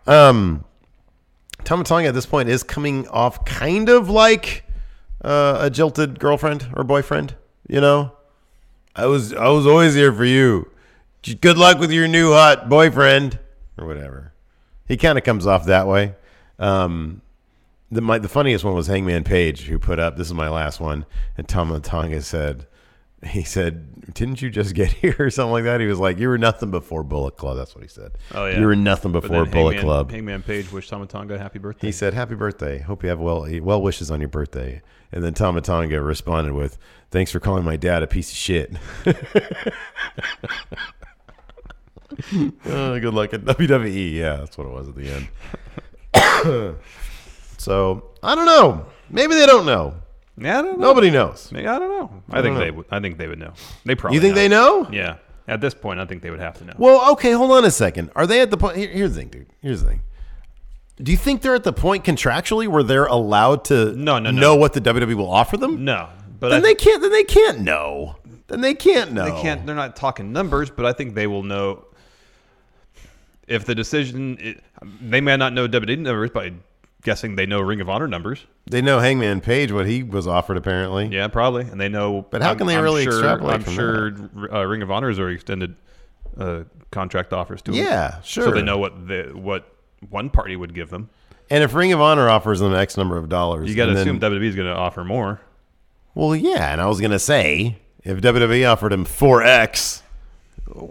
[SPEAKER 11] Um, Tomatonga at this point is coming off kind of like uh, a jilted girlfriend or boyfriend. You know, I was I was always here for you. J- Good luck with your new hot boyfriend or whatever. He kind of comes off that way. Um, the my, the funniest one was Hangman Page who put up this is my last one and Tomatonga said he said didn't you just get <laughs> here or something like that he was like you were nothing before Bullet Club that's what he said
[SPEAKER 12] Oh yeah,
[SPEAKER 11] you were nothing
[SPEAKER 12] But
[SPEAKER 11] before
[SPEAKER 12] then
[SPEAKER 11] Bullet
[SPEAKER 12] Hangman-
[SPEAKER 11] Club
[SPEAKER 12] Hangman Page wished Tomatonga happy birthday.
[SPEAKER 11] he said, "Happy birthday. Hope you have well eh, well wishes on your birthday." And then Tomatonga responded with, "Thanks for calling my dad a piece of shit." <laughs> Uh, good luck at WWE. Yeah, that's what it was at the end. <coughs> so I don't know. Maybe they don't know.
[SPEAKER 12] Yeah,
[SPEAKER 11] nobody knows.
[SPEAKER 12] Maybe- I don't know. I,
[SPEAKER 11] I
[SPEAKER 12] think
[SPEAKER 11] don't
[SPEAKER 12] they
[SPEAKER 11] know.
[SPEAKER 12] would. I think they would know. They probably.
[SPEAKER 11] You think they know?
[SPEAKER 12] Yeah. At this point, I think they would have to know.
[SPEAKER 11] Well, okay, hold on a second. Are they at the point? Here, here's the thing, dude. Here's the thing. Do you think they're at the point contractually where they're allowed to
[SPEAKER 12] no, no.
[SPEAKER 11] know what the WWE will offer them?
[SPEAKER 12] No, but
[SPEAKER 11] then
[SPEAKER 12] I-
[SPEAKER 11] they can't. Then they can't know. Then they can't know.
[SPEAKER 12] They can't. They're not talking numbers, but I think they will know if the decision. It, they may not know WWE numbers, but I'm guessing they know Ring of Honor numbers.
[SPEAKER 11] They know Hangman Page what he was offered apparently.
[SPEAKER 12] Yeah, probably. And they know.
[SPEAKER 11] But how
[SPEAKER 12] I'm-
[SPEAKER 11] can they
[SPEAKER 12] I'm
[SPEAKER 11] really
[SPEAKER 12] sure,
[SPEAKER 11] extrapolate
[SPEAKER 12] I'm
[SPEAKER 11] from
[SPEAKER 12] sure uh, Ring of Honor is already extended uh, contract offers to them.
[SPEAKER 11] Yeah,
[SPEAKER 12] So they
[SPEAKER 11] sure.
[SPEAKER 12] know what the what one party would give them.
[SPEAKER 11] And if Ring of Honor offers them X number of dollars,
[SPEAKER 12] You got to
[SPEAKER 11] and then-
[SPEAKER 12] assume WWE is going to offer more.
[SPEAKER 11] Well, yeah, and I was gonna say if WWE offered him four X,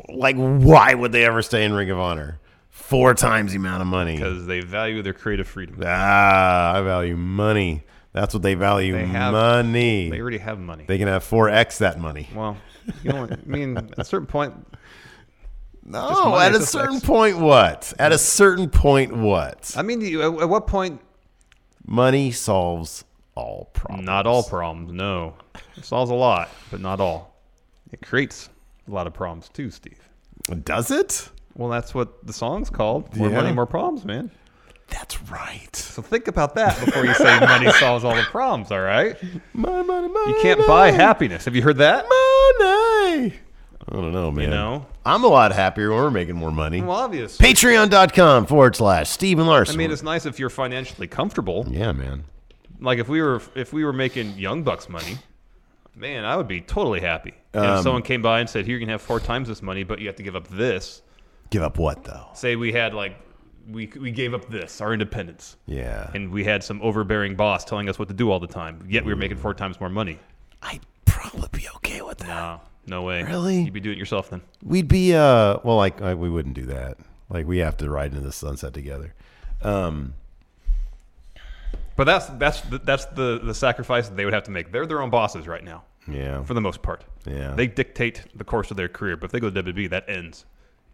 [SPEAKER 11] like why would they ever stay in Ring of Honor? Four times the amount of money
[SPEAKER 12] because they value their creative freedom.
[SPEAKER 11] Ah, I value money. That's what they value.
[SPEAKER 12] They have-
[SPEAKER 11] money.
[SPEAKER 12] they already have money.
[SPEAKER 11] They can have four X that money.
[SPEAKER 12] Well, you know, I mean, at a certain point. just
[SPEAKER 11] No,
[SPEAKER 12] money
[SPEAKER 11] at a
[SPEAKER 12] is just
[SPEAKER 11] certain
[SPEAKER 12] X.
[SPEAKER 11] point, what? At a certain point, what?
[SPEAKER 12] I mean, you- at, at what point?
[SPEAKER 11] Money solves all problems.
[SPEAKER 12] Not all problems. No, it solves a lot, but not all. It creates a lot of problems too, Steve.
[SPEAKER 11] Does it?
[SPEAKER 12] Well, that's what the song's called. More
[SPEAKER 11] Yeah.
[SPEAKER 12] money, more problems, man.
[SPEAKER 11] That's right. So
[SPEAKER 12] think about that before you
[SPEAKER 11] <laughs>
[SPEAKER 12] say money solves all the problems. All right.
[SPEAKER 11] Money, money, money.
[SPEAKER 12] You can't buy happiness. Have you heard that?
[SPEAKER 11] Money. I don't know, man.
[SPEAKER 12] know?
[SPEAKER 11] I'm a lot happier when we're making more money.
[SPEAKER 12] Well, obvious.
[SPEAKER 11] Patreon.com forward slash Steven
[SPEAKER 12] I
[SPEAKER 11] Larson.
[SPEAKER 12] mean, it's nice if you're financially comfortable.
[SPEAKER 11] yeah, man.
[SPEAKER 12] Like if we were if we were making young bucks money, man, I would be totally happy. And if
[SPEAKER 11] Um,
[SPEAKER 12] someone came by and said, "Here, you can have four times this money, but you have to give up this."
[SPEAKER 11] Give up what though?
[SPEAKER 12] Say we had like we we gave up this our independence.
[SPEAKER 11] Yeah.
[SPEAKER 12] And we had some overbearing boss telling us what to do all the time. Yet we were making four times more money. I'd probably be okay with that. No, no way.
[SPEAKER 11] Really?
[SPEAKER 12] You'd be doing it yourself then.
[SPEAKER 11] We'd be uh well like I, we wouldn't do that. Like we have to ride into the sunset together. Um
[SPEAKER 12] But that's that's the, that's the the sacrifice that they would have to make. They're their own bosses right now.
[SPEAKER 11] Yeah.
[SPEAKER 12] For the most part.
[SPEAKER 11] Yeah.
[SPEAKER 12] They dictate the course of their career. But if they go to WWE, E, that ends,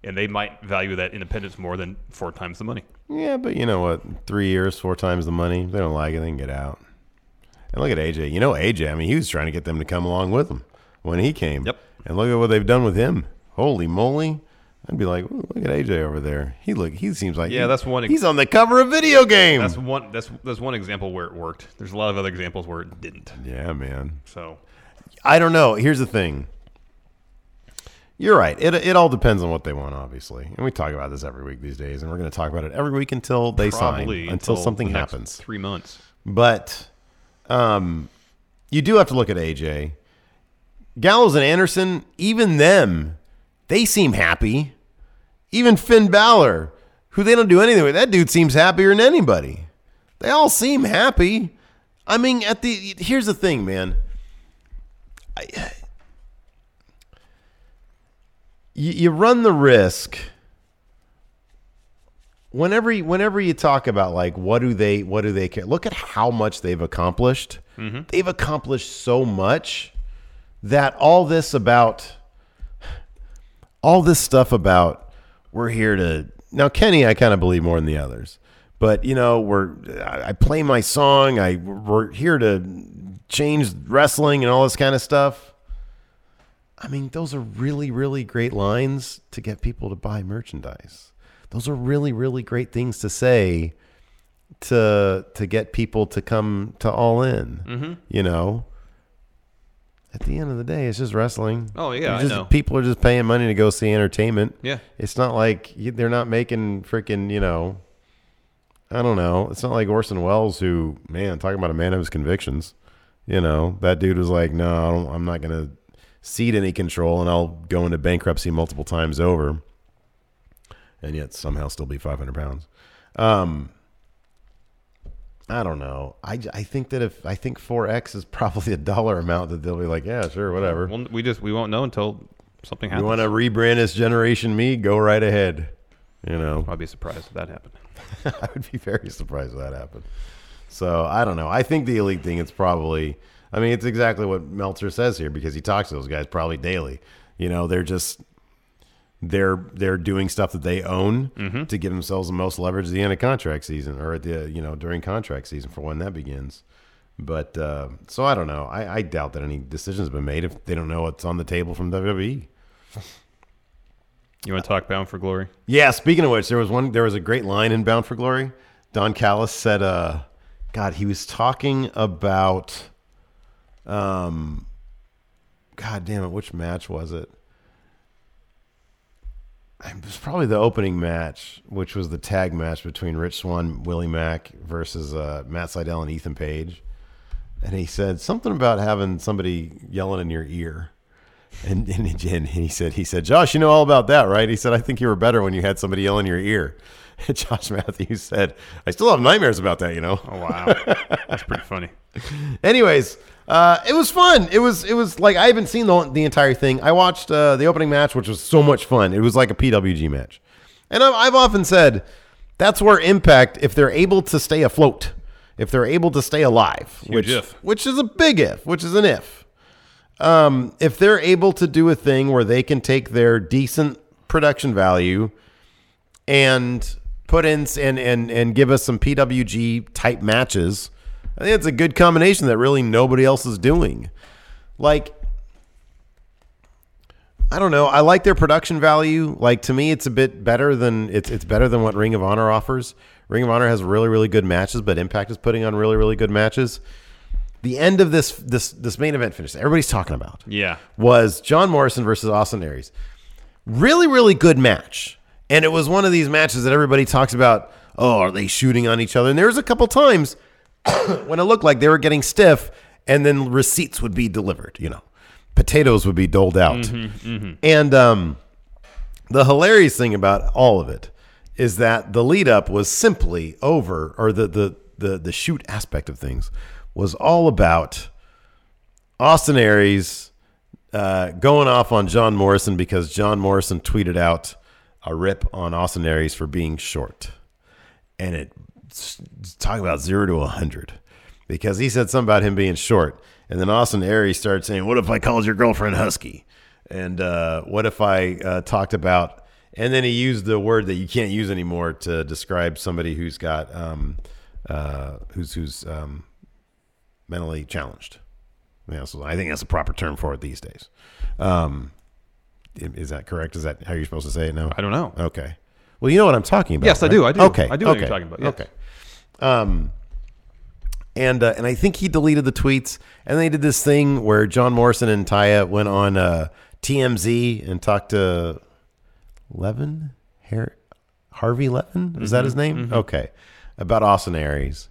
[SPEAKER 12] and they might value that independence more than four times the money.
[SPEAKER 11] yeah, but you know what? 3 years, 4 times the money. If They don't like it, they can get out. And look at AJ. You know AJ, I mean, he was trying to get them to come along with him when he came. Yep. And look at what they've done with him. Holy moly. I'd be like, "Ooh, look at AJ over there. He look he seems like
[SPEAKER 12] Yeah,
[SPEAKER 11] he-
[SPEAKER 12] that's one. ex-
[SPEAKER 11] He's on the cover of video game.
[SPEAKER 12] That's one. That's that's one example where it worked. There's a lot of other examples where it didn't.
[SPEAKER 11] yeah, man.
[SPEAKER 12] So
[SPEAKER 11] I don't know. Here's the thing. You're right. It, it all depends on what they want, obviously. And we talk about this every week these days, and we're going to talk about it every week until they
[SPEAKER 12] Probably
[SPEAKER 11] sign, until,
[SPEAKER 12] until
[SPEAKER 11] something
[SPEAKER 12] the next
[SPEAKER 11] happens.
[SPEAKER 12] three months.
[SPEAKER 11] But um, you do have to look at AJ. Gallows and Anderson, even them, they seem happy. Even Finn Balor, who they don't do anything with, that dude seems happier than anybody. They all seem happy. I mean, at the here's the thing, man. you, you run the risk whenever you- whenever you talk about like what do they what do they care look at how much they've accomplished
[SPEAKER 14] Mhm.
[SPEAKER 11] they've accomplished so much that all this about all this stuff about we're here to now Kenny I kind of believe more than the others but you know we're I I play my song I we're here to change wrestling and all this kind of stuff I mean, those are really, really great lines to get people to buy merchandise. Those are really, really great things to say to to get people to come to all in.
[SPEAKER 12] Mhm.
[SPEAKER 11] You know, at the end of the day, it's just wrestling.
[SPEAKER 12] Oh, yeah,
[SPEAKER 11] You're
[SPEAKER 12] I
[SPEAKER 11] just,
[SPEAKER 12] know.
[SPEAKER 11] People are just paying money to go see entertainment.
[SPEAKER 12] Yeah.
[SPEAKER 11] it's not like you- they're not making freaking you know. I don't know. It's not like Orson Welles, who man, talking about a man of his convictions. You know, that dude was like, no, I don't, I'm not gonna cede any control, and I'll go into bankruptcy multiple times over, and yet somehow still be 500 pounds. Um, I don't know. I, j- I think that if I think 4x is <laughs> probably a dollar amount that they'll be like, yeah, sure, whatever.
[SPEAKER 12] Well, we just we won't know until something
[SPEAKER 11] You
[SPEAKER 12] happens.
[SPEAKER 11] want to rebrand as Generation Me? Go right ahead. You know,
[SPEAKER 12] I'd be surprised if that happened.
[SPEAKER 11] <laughs> I would be very surprised if that happened. So I don't know. I think the elite thing is probably. I mean, it's exactly what Meltzer says here because he talks to those guys probably daily. You know, they're just they're they're doing stuff that they own to give themselves the most leverage at the end of contract season or at the you know during contract season for when that begins. But uh, so I don't know. I, I doubt that any decisions have been made if they don't know what's on the table from E. WWE.
[SPEAKER 12] You want to talk Bound for Glory?
[SPEAKER 11] Yeah, speaking of which, there was one there was a great line in Bound for Glory. Don Callis said uh God, he was talking about um God damn it, which match was it? It was probably the opening match, which was the tag match between Rich Swan, Willie Mack versus uh, Matt Seidel and Ethan Page. And he said something about having somebody yelling in your ear. And, and, he- and he said, he said, Josh, you know all about that, right? He said, I think you were better when you had somebody yell in your ear. <laughs> And Josh Matthews said, I still have nightmares about that, you know. Oh
[SPEAKER 12] wow, <laughs> that's pretty funny.
[SPEAKER 11] Anyways, uh, it was fun. It was it was like I haven't seen the whole- the entire thing. I watched uh, the opening match, which was so much fun. It was like a PWG match, and I've, I've often said that's where Impact, if they're able to stay afloat, if they're able to stay alive, which
[SPEAKER 12] if.
[SPEAKER 11] which is a big if, which is an if. Um, if they're able to do a thing where they can take their decent production value and put in s- and and and give us some PWG type matches. I think it's a good combination that really nobody else is doing. Like I don't know, I like their production value. Like to me it's a bit better than it's it's better than what Ring of Honor offers. Ring of Honor has really really good matches, but Impact is putting on really really good matches. The end of this this this main event finish. that Everybody's talking about
[SPEAKER 12] Yeah.
[SPEAKER 11] was John Morrison versus Austin Aries. Really, really good match. And it was one of these matches that everybody talks about. Oh, are they shooting on each other? And there was a couple times when it looked like they were getting stiff, and then receipts would be delivered. You know, potatoes would be doled out.
[SPEAKER 12] Mhm, mhm.
[SPEAKER 11] And um, the hilarious thing about all of it is that the lead up was simply over, or the the the the shoot aspect of things was all about Austin Aries uh, going off on John Morrison because John Morrison tweeted out a rip on Austin Aries for being short, and it s- talking about zero to a hundred because he said something about him being short, and then Austin Aries started saying, "What if I called your girlfriend husky?" And uh, what if I uh, talked about? And then he used the word that you can't use anymore to describe somebody who's got um, uh, who's who's um, mentally challenged. Yeah, so I think that's a proper term for it these days. Um, i- is that correct? Is that how you're supposed to say it now? I
[SPEAKER 12] don't know.
[SPEAKER 11] Okay. Well, you know what I'm talking about.
[SPEAKER 12] Yes, I
[SPEAKER 11] right?
[SPEAKER 12] do, I do.
[SPEAKER 11] Okay.
[SPEAKER 12] I do know what
[SPEAKER 11] okay.
[SPEAKER 12] you're talking about, yes.
[SPEAKER 11] Okay. Um, and uh, and I think he deleted the tweets. And they did this thing where John Morrison and Taya went on uh, TMZ and talked to Levin Har- Harvey Levin. Is that his
[SPEAKER 12] Mhm,
[SPEAKER 11] name?
[SPEAKER 12] mhm.
[SPEAKER 11] Okay, about Austin Aries,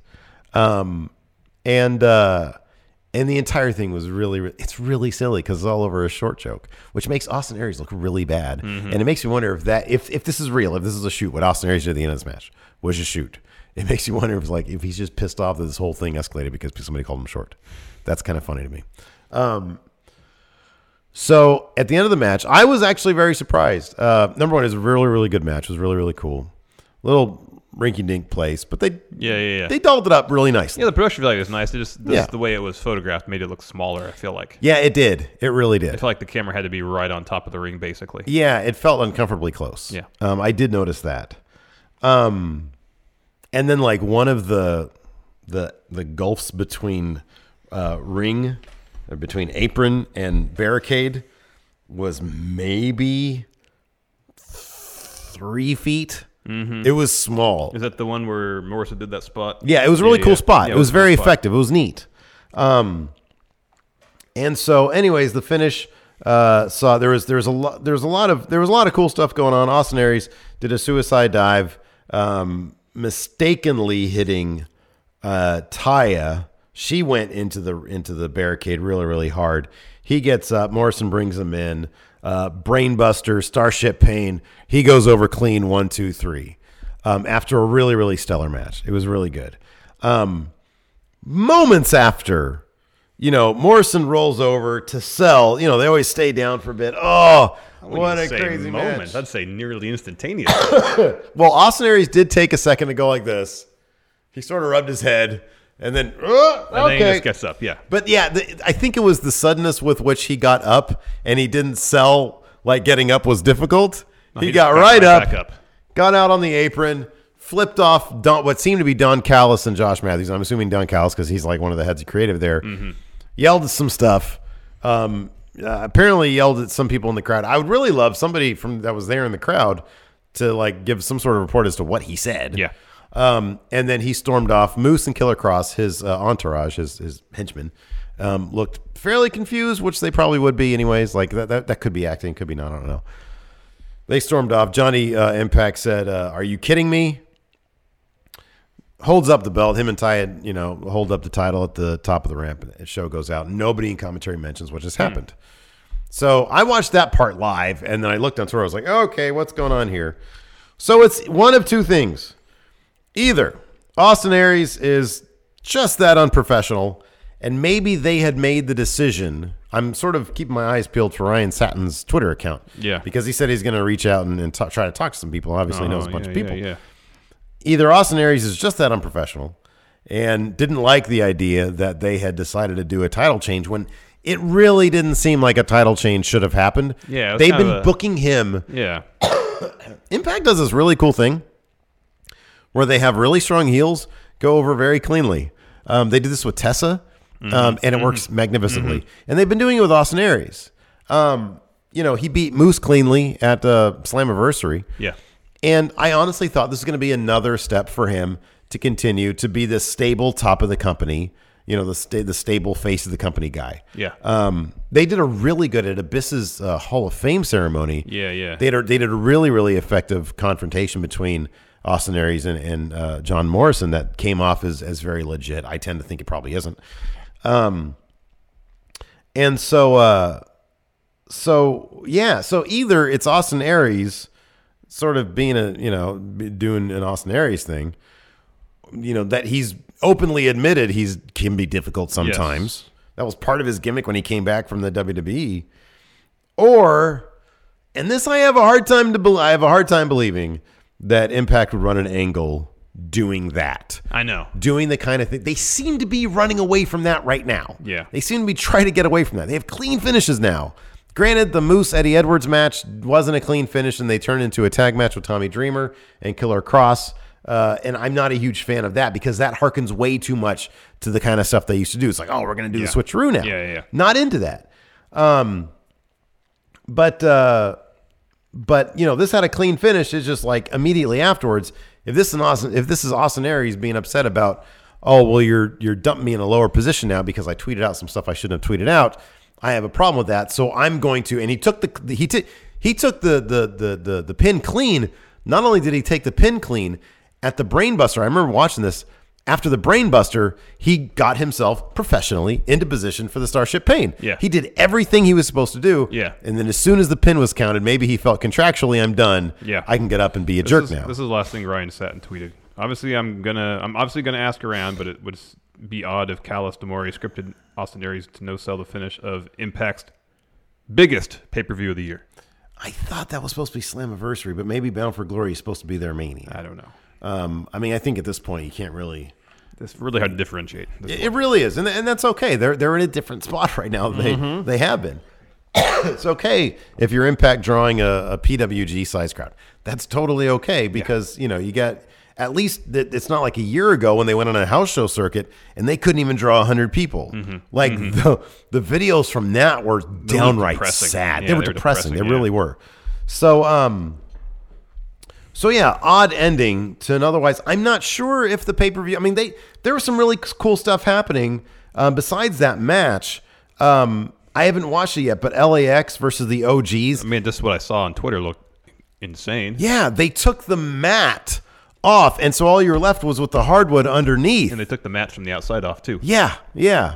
[SPEAKER 11] um, and uh, and the entire thing was really re- it's really silly because it's all over a short joke, which makes Austin Aries look really bad,
[SPEAKER 12] Mhm.
[SPEAKER 11] and it makes me wonder if that if if this is real, if this is a shoot, what Austin Aries did at the end of this match was a shoot. It makes you wonder if like if he's just pissed off that this whole thing escalated because somebody called him short. That's kind of funny to me. Um, so at the end of the match, I was actually very surprised. Uh, number one, it was a really, really good match. It was really, really cool. Little rinky dink place, but they
[SPEAKER 12] Yeah, yeah, yeah.
[SPEAKER 11] they dolled it up really nicely.
[SPEAKER 12] Yeah, the production value was nice. It just the,
[SPEAKER 11] Yeah.
[SPEAKER 12] the way it was photographed made it look smaller. I feel like.
[SPEAKER 11] Yeah, it did. It really did.
[SPEAKER 12] I feel like the camera had to be right on top of the ring, basically.
[SPEAKER 11] Yeah, it felt uncomfortably close.
[SPEAKER 12] Yeah.
[SPEAKER 11] Um, I did notice that. Um, and then like one of the the the gulfs between uh, ring, or between apron and barricade was maybe three feet.
[SPEAKER 12] Mm-hmm.
[SPEAKER 11] It was small.
[SPEAKER 12] Is that the one where Morrison did that spot?
[SPEAKER 11] Yeah, it was a really cool
[SPEAKER 12] yeah.
[SPEAKER 11] spot.
[SPEAKER 12] Yeah,
[SPEAKER 11] it was
[SPEAKER 12] a cool
[SPEAKER 11] very
[SPEAKER 12] spot.
[SPEAKER 11] effective. It was neat. Um, and so, anyways, the finish uh, saw there was there was a lot there was a lot of there was a lot of cool stuff going on. Austin Aries did a suicide dive, um, mistakenly hitting uh, Taya. She went into the into the barricade really really hard. He gets up. Morrison brings him in. Uh, Brainbuster, Starship Pain. He goes over clean one two three. Um, after a really really stellar match, it was really good. Um, moments after, you know, Morrison rolls over to sell. You know, they always stay down for a bit. Oh, what a crazy
[SPEAKER 12] moment!
[SPEAKER 11] moment!
[SPEAKER 12] I'd say nearly instantaneous. <laughs>
[SPEAKER 11] Well, Austin Aries did take a second to go like this. He sort of rubbed his head and then, "Oh,
[SPEAKER 12] And then he
[SPEAKER 11] okay."
[SPEAKER 12] just gets up, yeah.
[SPEAKER 11] But yeah, the, I think it was the suddenness with which he got up and he didn't sell like getting up was difficult.
[SPEAKER 12] No,
[SPEAKER 11] he,
[SPEAKER 12] he just
[SPEAKER 11] got
[SPEAKER 12] got
[SPEAKER 11] right
[SPEAKER 12] right
[SPEAKER 11] up,
[SPEAKER 12] back up.
[SPEAKER 11] got out on the apron, flipped off Don, what seemed to be Don Callis and Josh Matthews. I'm assuming Don Callis because he's like one of the heads of creative there. Yelled at some stuff. Um, uh, apparently yelled at some people in the crowd. I would really love somebody from that was there in the crowd to like give some sort of report as to what he said. Yeah. Um, and then he stormed off. Moose and Killer Cross, his uh, entourage, his his henchmen, um, looked fairly confused, which they probably would be anyways. Like that that, that could be acting, could be not. I don't know. They stormed off. Johnny uh, Impact said, uh, "Are you kidding me?" Holds up the belt. Him and Ty, had, you know,
[SPEAKER 12] Hmm.
[SPEAKER 11] hold up the title at the top of the ramp. And the show goes out. Nobody in commentary mentions what just happened. So I watched that part live, and then I looked on Twitter. I was like, okay, what's going on here? So it's one of two things. Either Austin Aries is just that unprofessional, and maybe they had made the decision. I'm sort of keeping my eyes peeled for Ryan Satin's Twitter account.
[SPEAKER 12] Yeah.
[SPEAKER 11] Because he said he's going to reach out and, and ta- try to talk to some people. Obviously, he knows a
[SPEAKER 12] Oh,
[SPEAKER 11] bunch of
[SPEAKER 12] yeah,
[SPEAKER 11] people.
[SPEAKER 12] yeah, yeah.
[SPEAKER 11] Either Austin Aries is just that unprofessional and didn't like the idea that they had decided to do a title change when it really didn't seem like a title change should have happened.
[SPEAKER 12] Yeah, it was
[SPEAKER 11] They've
[SPEAKER 12] kind
[SPEAKER 11] been
[SPEAKER 12] of a-
[SPEAKER 11] booking him.
[SPEAKER 12] Yeah.
[SPEAKER 11] Impact does this really cool thing where they have really strong heels go over very cleanly. Um, they did this with Tessa,
[SPEAKER 12] Mm-hmm.
[SPEAKER 11] um, and it works magnificently. And they've been doing it with Austin Aries. Um, you know, he beat Moose cleanly at uh, Slammiversary.
[SPEAKER 12] Yeah.
[SPEAKER 11] And I honestly thought this was going to be another step for him to continue to be the stable top of the company, you know, the, sta- the stable face of the company guy.
[SPEAKER 12] Yeah.
[SPEAKER 11] Um, they did a really good at Abyss's uh, Hall of Fame ceremony.
[SPEAKER 12] Yeah, yeah.
[SPEAKER 11] They did, a, they did a really, really effective confrontation between Austin Aries and, and uh, John Morrison that came off as, as very legit. I tend to think it probably isn't. Um, and so, uh, so yeah, so either it's Austin Aries sort of being a, you know, be- doing an Austin Aries thing, you know, that he's openly admitted he's can be difficult sometimes. That was part of his gimmick when he came back from the WWE. Or, and this I have a hard time to bel I have a hard time believing that Impact would run an angle doing that.
[SPEAKER 12] I know.
[SPEAKER 11] Doing the kind of thing they seem to be running away from that right now.
[SPEAKER 12] Yeah.
[SPEAKER 11] They seem to be trying to get away from that. They have clean finishes now. Granted, the Moose Eddie Edwards match wasn't a clean finish, and they turned into a tag match with Tommy Dreamer and Killer Cross. Uh, and I'm not a huge fan of that because that harkens way too much to the kind of stuff they used to do. It's like, oh, we're going to do
[SPEAKER 12] Yeah.
[SPEAKER 11] the switcheroo now.
[SPEAKER 12] Yeah, yeah, yeah.
[SPEAKER 11] Not into that. Um, but uh, but you know, this had a clean finish. It's just like immediately afterwards. If this is an Austin, if this is Austin Aries being upset about, oh well, you're you're dumping me in a lower position now because I tweeted out some stuff I shouldn't have tweeted out. I have a problem with that, so I'm going to. And he took the he took he took the the the the the pin clean. Not only did he take the pin clean at the brainbuster, I remember watching this. After the brainbuster, he got himself professionally into position for the Starship Pain.
[SPEAKER 12] Yeah.
[SPEAKER 11] He did everything he was supposed to do.
[SPEAKER 12] Yeah.
[SPEAKER 11] And then as soon as the pin was counted, maybe he felt contractually, I'm done.
[SPEAKER 12] Yeah.
[SPEAKER 11] I can get up and be a
[SPEAKER 12] This
[SPEAKER 11] jerk
[SPEAKER 12] is-
[SPEAKER 11] now.
[SPEAKER 12] This is the last thing Ryan Satin tweeted. Obviously, I'm gonna I'm obviously gonna ask around, but it would s- be odd if Callus Demore scripted Austin Aries to no sell the finish of Impact's biggest pay per view of the year.
[SPEAKER 11] I thought that was supposed to be Slammiversary, but maybe Bound for Glory is supposed to be their mania. I
[SPEAKER 12] don't know.
[SPEAKER 11] Um, I mean, I think at this point you can't really.
[SPEAKER 12] It's really hard to differentiate. at this
[SPEAKER 11] It,
[SPEAKER 12] point.
[SPEAKER 11] it really is, and, and that's okay. They're they're in a different <laughs> spot right now. than They
[SPEAKER 12] Mhm.
[SPEAKER 11] they have been. <coughs> it's okay if your impact drawing a, a PWG size crowd. That's totally okay because you know you got at least that it's not like a year ago when they went on a house show circuit and they couldn't even draw hundred people. Like the the videos from that Mm-hmm. were downright
[SPEAKER 12] depressing.
[SPEAKER 11] sad.
[SPEAKER 12] Yeah,
[SPEAKER 11] they were
[SPEAKER 12] they were
[SPEAKER 11] depressing.
[SPEAKER 12] depressing,
[SPEAKER 11] They
[SPEAKER 12] yeah.
[SPEAKER 11] really were. So um. So yeah, odd ending to an otherwise. I'm not sure if the pay per view. I mean, they there was some really c- cool stuff happening um, besides that match. Um, I haven't watched it yet, but LAX versus the OGs.
[SPEAKER 12] I mean, just what I saw on Twitter looked insane.
[SPEAKER 11] Yeah, they took the mat off, and so all you're left was with the hardwood underneath.
[SPEAKER 12] And they took the mats from the outside off too.
[SPEAKER 11] Yeah, yeah.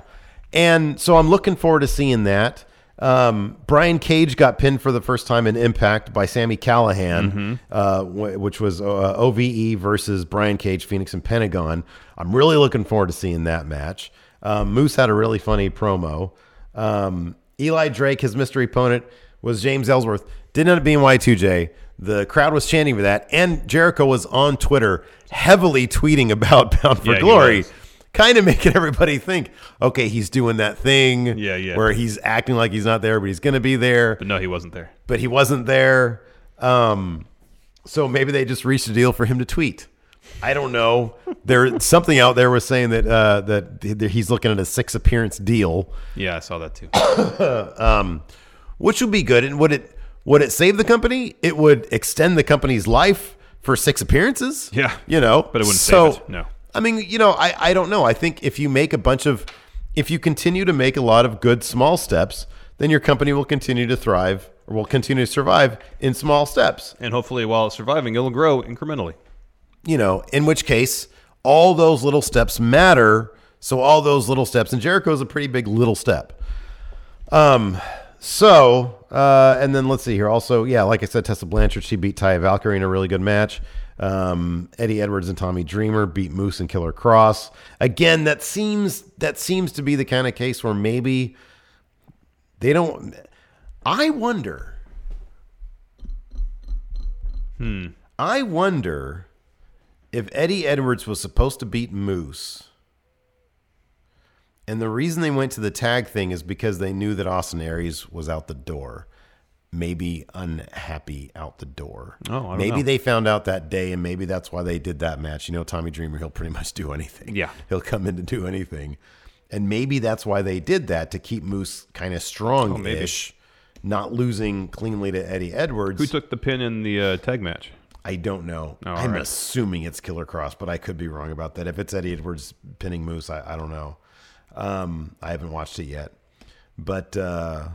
[SPEAKER 11] And so I'm looking forward to seeing that. Um, Brian Cage got pinned for the first time in Impact by Sammy Callahan,
[SPEAKER 12] Mm-hmm.
[SPEAKER 11] uh, wh- which was uh, OVE versus Brian Cage, Phoenix, and Pentagon. I'm really looking forward to seeing that match. Um, Moose had a really funny promo. Um, Eli Drake, his mystery opponent, was James Ellsworth. Didn't end up being Y2J. The crowd was chanting for that. And Jericho was on Twitter heavily tweeting about <laughs> Bound for
[SPEAKER 12] Yeah, he
[SPEAKER 11] Glory
[SPEAKER 12] was.
[SPEAKER 11] kind of making everybody think, okay, he's doing that thing
[SPEAKER 12] Yeah, yeah.
[SPEAKER 11] where he's acting like he's not there, but he's going to be there. But
[SPEAKER 12] no, he wasn't there.
[SPEAKER 11] But he wasn't there. Um, so maybe they just reached a deal for him to tweet. I don't know. there something out there was saying that uh, that th- he's looking at a six appearance deal,
[SPEAKER 12] Yeah, I saw that too. <coughs>
[SPEAKER 11] um, which would be good. And would it would it save the company? It would extend the company's life for six appearances.
[SPEAKER 12] Yeah.
[SPEAKER 11] you know,
[SPEAKER 12] But it wouldn't
[SPEAKER 11] so,
[SPEAKER 12] save it. No.
[SPEAKER 11] I mean, you know, I, I don't know. I think if you make a bunch of, if you continue to make a lot of good small steps, then your company will continue to thrive or will continue to survive in small steps.
[SPEAKER 12] And hopefully, while it's surviving, it'll grow incrementally.
[SPEAKER 11] You know, in which case, all those little steps matter. So all those little steps, and Jericho is a pretty big little step. Um, So, uh, and then let's see here. Also, yeah, like I said, Tessa Blanchard, she beat Taya Valkyrie in a really good match. Um, Eddie Edwards and Tommy Dreamer beat Moose and Killer Cross. Again, that seems that seems to be the kind of case where maybe they don't. I wonder.
[SPEAKER 12] Hmm.
[SPEAKER 11] I wonder if Eddie Edwards was supposed to beat Moose. And the reason they went to the tag thing is because they knew that Austin Aries was out the door, maybe unhappy out the door.
[SPEAKER 12] Oh, I don't
[SPEAKER 11] maybe
[SPEAKER 12] know.
[SPEAKER 11] they found out that day, and maybe that's why they did that match. You know, Tommy Dreamer, he'll pretty much do anything.
[SPEAKER 12] Yeah.
[SPEAKER 11] he'll come in to do anything, and maybe that's why they did that to keep Moose kind of
[SPEAKER 12] Oh,
[SPEAKER 11] strong-ish, not losing cleanly to Eddie Edwards.
[SPEAKER 12] Who took the pin in the uh, tag match?
[SPEAKER 11] I don't know.
[SPEAKER 12] Oh, all
[SPEAKER 11] I'm
[SPEAKER 12] right.
[SPEAKER 11] assuming it's Killer Cross, but I could be wrong about that. If it's Eddie Edwards pinning Moose, I, I don't know. Um, I haven't watched it yet, but uh,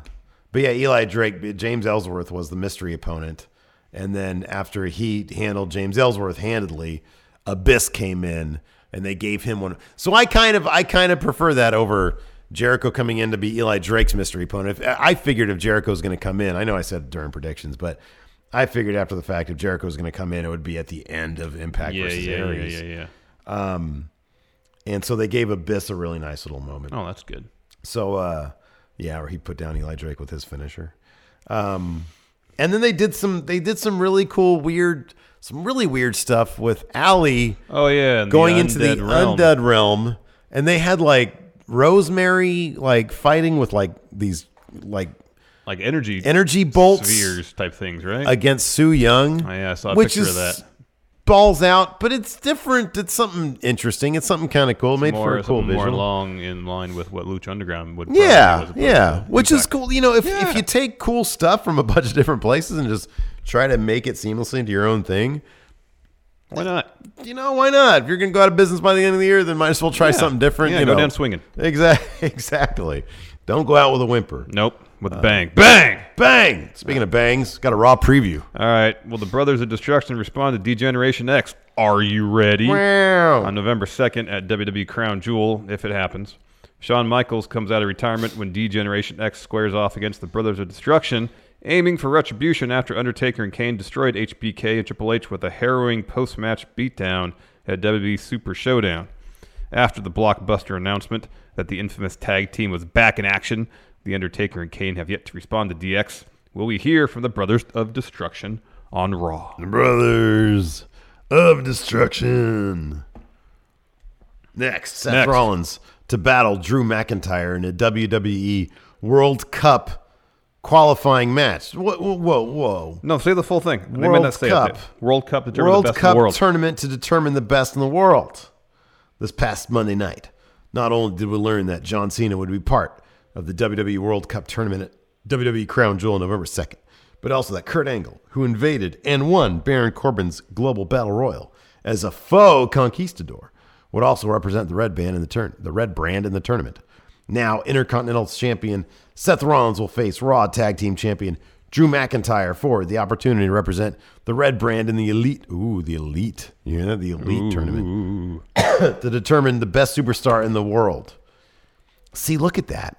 [SPEAKER 11] but yeah, Eli Drake, James Ellsworth was the mystery opponent, and then after he handled James Ellsworth handedly, Abyss came in and they gave him one. So I kind of I kind of prefer that over. Jericho coming in to be Eli Drake's mystery opponent. If, I figured if Jericho's going to come in, I know I said during predictions, but I figured after the fact if Jericho was going to come in, it would be at the end of Impact
[SPEAKER 12] Yeah,
[SPEAKER 11] versus
[SPEAKER 12] yeah, yeah,
[SPEAKER 11] Aries.
[SPEAKER 12] yeah,
[SPEAKER 11] yeah. Um, and so they gave Abyss a really nice little moment.
[SPEAKER 12] Oh, that's good.
[SPEAKER 11] So, uh, yeah, where he put down Eli Drake with his finisher. Um, and then they did some they did some really cool weird some really weird stuff with Allie.
[SPEAKER 12] Oh, yeah, and the
[SPEAKER 11] going into the
[SPEAKER 12] undead realm.
[SPEAKER 11] undead realm, and they had like Rosemary like fighting with like these like
[SPEAKER 12] Like energy
[SPEAKER 11] energy bolts
[SPEAKER 12] spheres type things, right?
[SPEAKER 11] against Sue Young.
[SPEAKER 12] Oh, yeah, I saw a
[SPEAKER 11] which
[SPEAKER 12] picture
[SPEAKER 11] is
[SPEAKER 12] of that.
[SPEAKER 11] Balls out, but it's different. It's something interesting. It's something kind of cool. made
[SPEAKER 12] more,
[SPEAKER 11] for a cool
[SPEAKER 12] something more
[SPEAKER 11] visual.
[SPEAKER 12] along in line with what Lucha Underground would. probably do as
[SPEAKER 11] Yeah,
[SPEAKER 12] opposed
[SPEAKER 11] yeah,
[SPEAKER 12] to
[SPEAKER 11] which is
[SPEAKER 12] Impact.
[SPEAKER 11] cool. You know, if, if you take cool stuff from a <laughs> bunch of different places and just try to make it seamlessly into your own thing,
[SPEAKER 12] why not?
[SPEAKER 11] You know, why not? If you're going to go out of business by the end of the year, then might as well try
[SPEAKER 12] Yeah.
[SPEAKER 11] something different.
[SPEAKER 12] Yeah,
[SPEAKER 11] you
[SPEAKER 12] go
[SPEAKER 11] know.
[SPEAKER 12] down swinging.
[SPEAKER 11] Exactly, <laughs> exactly. Don't go out with a whimper.
[SPEAKER 12] Nope, with
[SPEAKER 11] Uh,
[SPEAKER 12] a bang, bang,
[SPEAKER 11] bang. Speaking of bangs, got a raw preview.
[SPEAKER 12] All right. Well, the Brothers of Destruction respond to Degeneration X. Are you ready?
[SPEAKER 11] Wow.
[SPEAKER 12] On November 2nd at WWE Crown Jewel, if it happens. Shawn Michaels comes out of retirement when Degeneration X squares off against the Brothers of Destruction, aiming for retribution after Undertaker and Kane destroyed HBK and Triple H with a harrowing post match beatdown at WWE Super Showdown. After the blockbuster announcement that the infamous tag team was back in action, The Undertaker and Kane have yet to respond to DX. Will we hear from the Brothers of Destruction on Raw?
[SPEAKER 11] Brothers of Destruction. Next, Seth
[SPEAKER 12] Next.
[SPEAKER 11] Rollins to battle Drew McIntyre in a WWE World Cup qualifying match. Whoa, whoa, whoa. whoa.
[SPEAKER 12] No, say the full thing. I meant
[SPEAKER 11] World
[SPEAKER 12] to say it.
[SPEAKER 11] Cup.
[SPEAKER 12] World Cup to determine the
[SPEAKER 11] World
[SPEAKER 12] best in the
[SPEAKER 11] Cup
[SPEAKER 12] world.
[SPEAKER 11] tournament to determine the best in the world. This past Monday night, not only did we learn that John Cena would be part of the WWE World Cup tournament at WWE Crown Jewel on November 2nd, but also that Kurt Angle, who invaded and won Baron Corbin's Global Battle Royal as a faux conquistador, would also represent the red band in the turn, the red brand in the tournament. Now, Intercontinental Champion Seth Rollins will face Raw Tag Team Champion Drew McIntyre for the opportunity to represent the red brand in the Elite. Ooh, the Elite. You hear that? The Elite tournament to determine the best superstar in the world. See, look at that.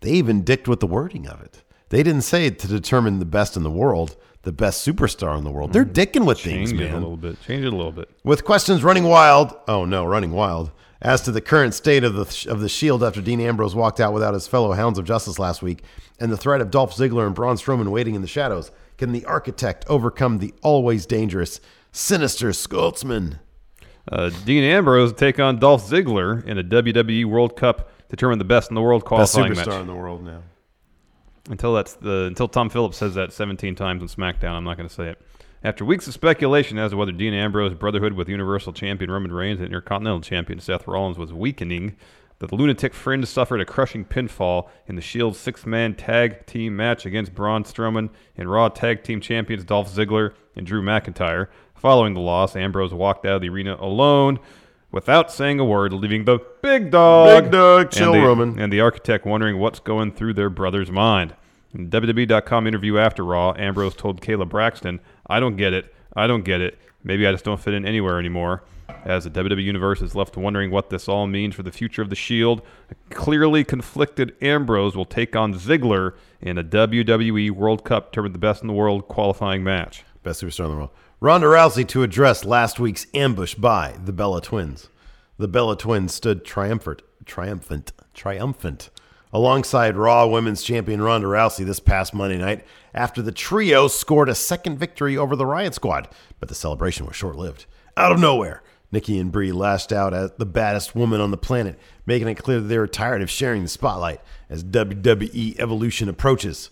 [SPEAKER 11] They even dicked with the wording of it. They didn't say to determine the best in the world, the best superstar in the world. They're dicking with
[SPEAKER 12] Change
[SPEAKER 11] things,
[SPEAKER 12] it
[SPEAKER 11] man.
[SPEAKER 12] a little bit. Change it a little bit.
[SPEAKER 11] With questions running wild, oh no, running wild, as to the current state of the of the Shield after Dean Ambrose walked out without his fellow Hounds of Justice last week, and the threat of Dolph Ziggler and Braun Strowman waiting in the shadows, can the Architect overcome the always dangerous, sinister Scotsman?
[SPEAKER 12] Uh, Dean Ambrose take on Dolph Ziggler in a WWE World Cup to determine the best in the world qualifying
[SPEAKER 11] superstar
[SPEAKER 12] match.
[SPEAKER 11] in the world now.
[SPEAKER 12] Until that's the until Tom Phillips says that 17 times on SmackDown, I'm not going to say it. After weeks of speculation as to whether Dean Ambrose brotherhood with Universal Champion Roman Reigns and Intercontinental Champion Seth Rollins was weakening, the lunatic fringe suffered a crushing pinfall in the Shield's E six-man tag team match against Braun Strowman and Raw tag team champions Dolph Ziggler and Drew McIntyre. Following the loss, Ambrose walked out of the arena alone without saying a word, leaving the big dog,
[SPEAKER 11] Big dog, chill,
[SPEAKER 12] and the,
[SPEAKER 11] Roman.
[SPEAKER 12] and the architect wondering what's going through their brother's mind. In WWE.com interview after Raw, Ambrose told Kayla Braxton, I don't get it. I don't get it. Maybe I just don't fit in anywhere anymore. as the WWE Universe is left wondering what this all means for the future of The Shield. Clearly conflicted Ambrose will take on Ziggler in a WWE World Cup tournament, the best in the world qualifying match.
[SPEAKER 11] Best superstar in the world. Ronda Rousey to address last week's ambush by the Bella Twins. The Bella Twins stood triumphant, triumphant, triumphant alongside Raw Women's Champion Ronda Rousey this past Monday night after the trio scored a second victory over the Riot Squad, but the celebration was short-lived. Out of nowhere, Nikki and Brie lashed out at the baddest woman on the planet, making it clear that they were tired of sharing the spotlight as WWE Evolution approaches.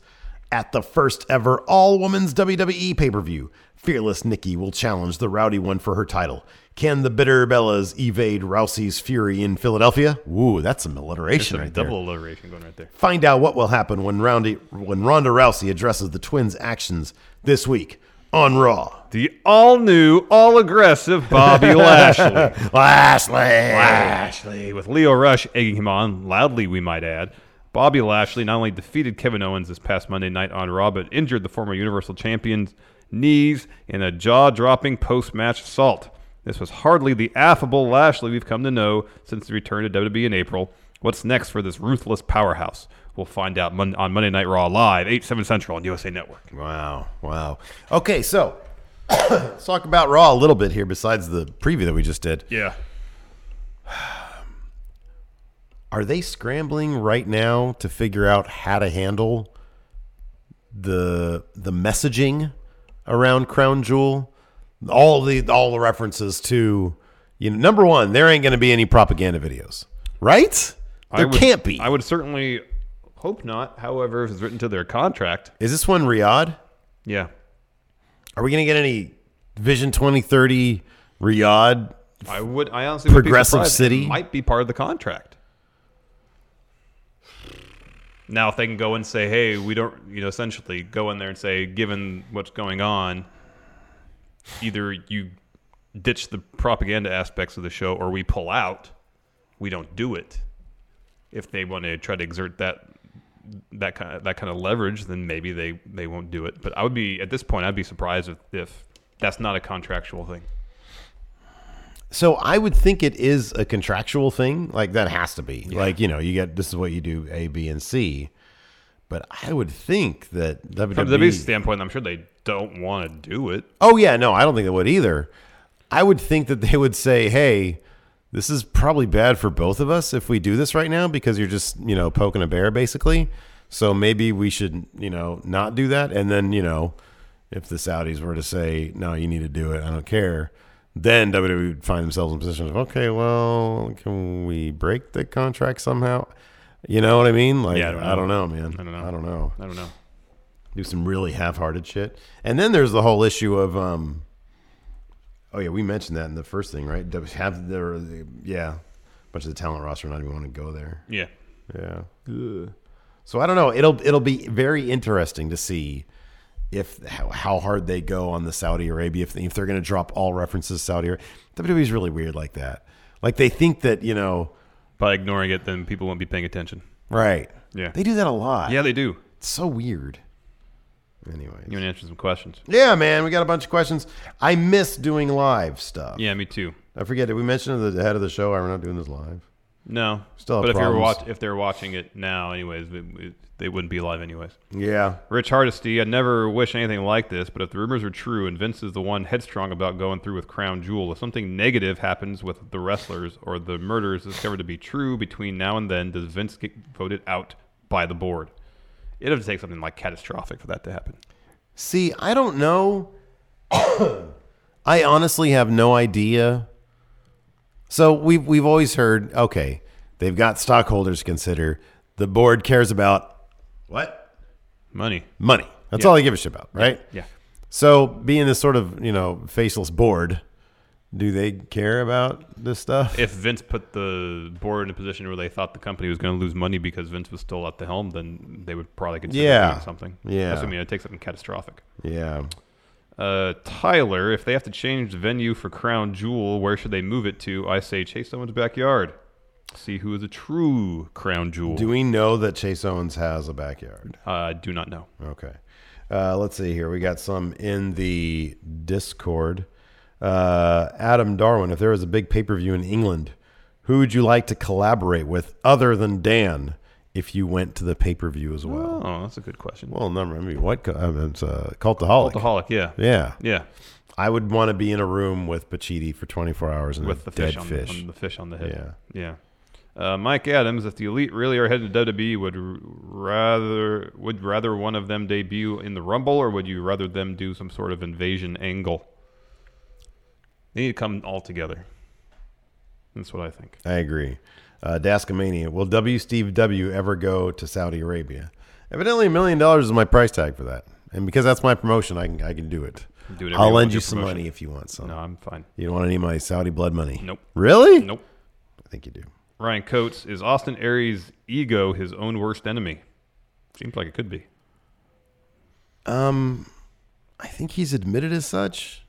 [SPEAKER 11] At the first ever all women's WWE pay per view, E fearless Nikki will challenge the rowdy one for her title. Can the bitter Bellas evade Rousey's fury in Philadelphia? Ooh, that's some alliteration
[SPEAKER 12] There's a
[SPEAKER 11] right there.
[SPEAKER 12] double alliteration going right there.
[SPEAKER 11] Find out what will happen when, Roundy, when Ronda Rousey addresses the twins' actions this week on Raw.
[SPEAKER 12] The all new, all aggressive
[SPEAKER 11] <laughs>
[SPEAKER 12] Bobby Lashley.
[SPEAKER 11] Lashley.
[SPEAKER 12] Lashley. With Leo Rush egging him on, loudly we might add. Bobby Lashley not only defeated Kevin Owens this past Monday night on Raw, but injured the former Universal Champion's knees in a jaw dropping post match assault. This was hardly the affable Lashley we've come to know since the return to WWE in April. What's next for this ruthless powerhouse? We'll find out mon- on Monday Night Raw live, 8, 7 Central on USA Network.
[SPEAKER 11] Wow. Wow. Okay, so <coughs> let's talk about Raw a little bit here besides the preview that we just did.
[SPEAKER 12] Yeah.
[SPEAKER 11] Are they scrambling right now to figure out how to handle the the messaging around Crown Jewel? All the all the references to you know number one, there ain't gonna be any propaganda videos. Right? There
[SPEAKER 12] would-
[SPEAKER 11] can't be.
[SPEAKER 12] I would certainly hope not. However, if it's written to their contract,
[SPEAKER 11] Is this one Riyadh?
[SPEAKER 12] yeah,
[SPEAKER 11] Are we gonna get any Vision twenty thirty Riyadh
[SPEAKER 12] I would. I honestly would be
[SPEAKER 11] Progressive
[SPEAKER 12] surprised.
[SPEAKER 11] City?
[SPEAKER 12] It might be part of the contract. Now, if they can go and say, "Hey, we don't," you know, essentially go in there and say, "Given what's going on, either you ditch the propaganda aspects of the show, or we pull out. We don't do it." If they want to try to exert that that kind of, that kind of leverage, then maybe they they won't do it. But I would be at this point, I'd be surprised if, if that's not a contractual thing.
[SPEAKER 11] So I would think it is a contractual thing. Like that has to be. Like, you know, you get this is what you do A, B, and C. But I would think that E
[SPEAKER 12] From the WWE
[SPEAKER 11] WWE
[SPEAKER 12] standpoint, I'm sure they don't want to do it.
[SPEAKER 11] Oh yeah, no, I don't think they would either. I would think that they would say, "Hey, this is probably bad for both of us if we do this right now because you're just, you know, poking a bear basically. So maybe we should, you know, not do that." And then, you know, if the Saudis were to say, "No, you need to do it. I don't care." Then WWE would find themselves in a position of, "Okay, well, can we break the contract somehow?" You know what I mean? Like,
[SPEAKER 12] Yeah, I don't
[SPEAKER 11] I don't know,
[SPEAKER 12] know.
[SPEAKER 11] man.
[SPEAKER 12] I don't know.
[SPEAKER 11] I don't know.
[SPEAKER 12] I don't know.
[SPEAKER 11] Do some really half-hearted shit. And then there's the whole issue of um, Oh yeah, we mentioned that in the first thing, right? That was Have the yeah, a bunch of the talent roster not even want to go there.
[SPEAKER 12] Yeah.
[SPEAKER 11] yeah. Ugh. So I don't know. It'll it'll be very interesting to see if how, how hard they go on the Saudi Arabia if, if they're going to drop all references to Saudi Arabia. WWE's really weird like that. Like they think that you know,
[SPEAKER 12] By ignoring it, then people won't be paying attention.
[SPEAKER 11] right?
[SPEAKER 12] Yeah.
[SPEAKER 11] they do that a lot.
[SPEAKER 12] Yeah, they do.
[SPEAKER 11] It's so weird. Anyway,
[SPEAKER 12] you want to answer some questions?
[SPEAKER 11] Yeah, man, we got a bunch of questions. I miss doing live stuff.
[SPEAKER 12] Yeah, me too.
[SPEAKER 11] I forget. Did we mention at the head of the show? We're not doing this live.
[SPEAKER 12] No.
[SPEAKER 11] Still, have
[SPEAKER 12] but if you're
[SPEAKER 11] problems.
[SPEAKER 12] watch, if they're watching it now, anyways, we- we- they wouldn't be live anyways.
[SPEAKER 11] Yeah.
[SPEAKER 12] Rich Hardesty, I never wish anything like this, but if the rumors are true and Vince is the one headstrong about going through with Crown Jewel, if something negative happens with the wrestlers or the murder is discovered to be true between now and then, does Vince get voted out by the board? It'd have to take something like catastrophic for that to happen.
[SPEAKER 11] See, I don't know. <coughs> I honestly have no idea. So we've we've always heard, okay, they've got stockholders to consider. The board cares about what?
[SPEAKER 12] Money.
[SPEAKER 11] Money. That's
[SPEAKER 12] Yeah.
[SPEAKER 11] all they give a shit about, right?
[SPEAKER 12] Yeah.
[SPEAKER 11] So being this sort of, you know, faceless board, do they care about this stuff?
[SPEAKER 12] If Vince put the board in a position where they thought the company was going to lose money because Vince was still at the helm, then they would probably consider
[SPEAKER 11] Yeah.
[SPEAKER 12] doing something.
[SPEAKER 11] Yeah.
[SPEAKER 12] Assuming it takes something catastrophic.
[SPEAKER 11] Yeah.
[SPEAKER 12] Uh, Tyler, if they have to change the venue for Crown Jewel, where should they move it to? I say chase someone's backyard. See who is a true Crown Jewel.
[SPEAKER 11] Do we know that Chase Owens has a backyard?
[SPEAKER 12] I do not know.
[SPEAKER 11] Okay. Uh, let's see here. We got some in the Discord. uh, Adam Darwin, if there was a big pay per view in England, who would you like to collaborate with other than Dan if you went to the pay per view as well?
[SPEAKER 12] Oh, that's a good question.
[SPEAKER 11] Uh, Well, number, I mean, what? co- I mean, it's uh, Cultaholic.
[SPEAKER 12] Cultaholic, yeah.
[SPEAKER 11] Yeah.
[SPEAKER 12] Yeah.
[SPEAKER 11] I would want to be in a room with Pachiti for 24 hours and
[SPEAKER 12] with
[SPEAKER 11] a
[SPEAKER 12] the fish
[SPEAKER 11] dead
[SPEAKER 12] on,
[SPEAKER 11] fish.
[SPEAKER 12] on the fish on the head.
[SPEAKER 11] Yeah.
[SPEAKER 12] Yeah, Uh, Mike Adams, if the elite really are headed to WWE, would r- rather would rather one of them debut in the Rumble, or would you rather them do some sort of invasion angle? They need to come all together. That's what I think.
[SPEAKER 11] I agree. Uh, Daskomania. Will W. Steve W. ever go to Saudi Arabia? Evidently, a million dollars is my price tag for that, and because that's my promotion, I can I can do it.
[SPEAKER 12] Do whatever
[SPEAKER 11] I'll
[SPEAKER 12] want
[SPEAKER 11] lend
[SPEAKER 12] with
[SPEAKER 11] you
[SPEAKER 12] your
[SPEAKER 11] some
[SPEAKER 12] promotion.
[SPEAKER 11] money if you want some.
[SPEAKER 12] No, I'm fine.
[SPEAKER 11] You don't want any of my Saudi blood money.
[SPEAKER 12] Nope.
[SPEAKER 11] Really?
[SPEAKER 12] Nope.
[SPEAKER 11] I think you do.
[SPEAKER 12] Ryan Coates is Austin Aries' ego his own worst enemy? Seems like it could be.
[SPEAKER 11] Um, I think he's admitted as such,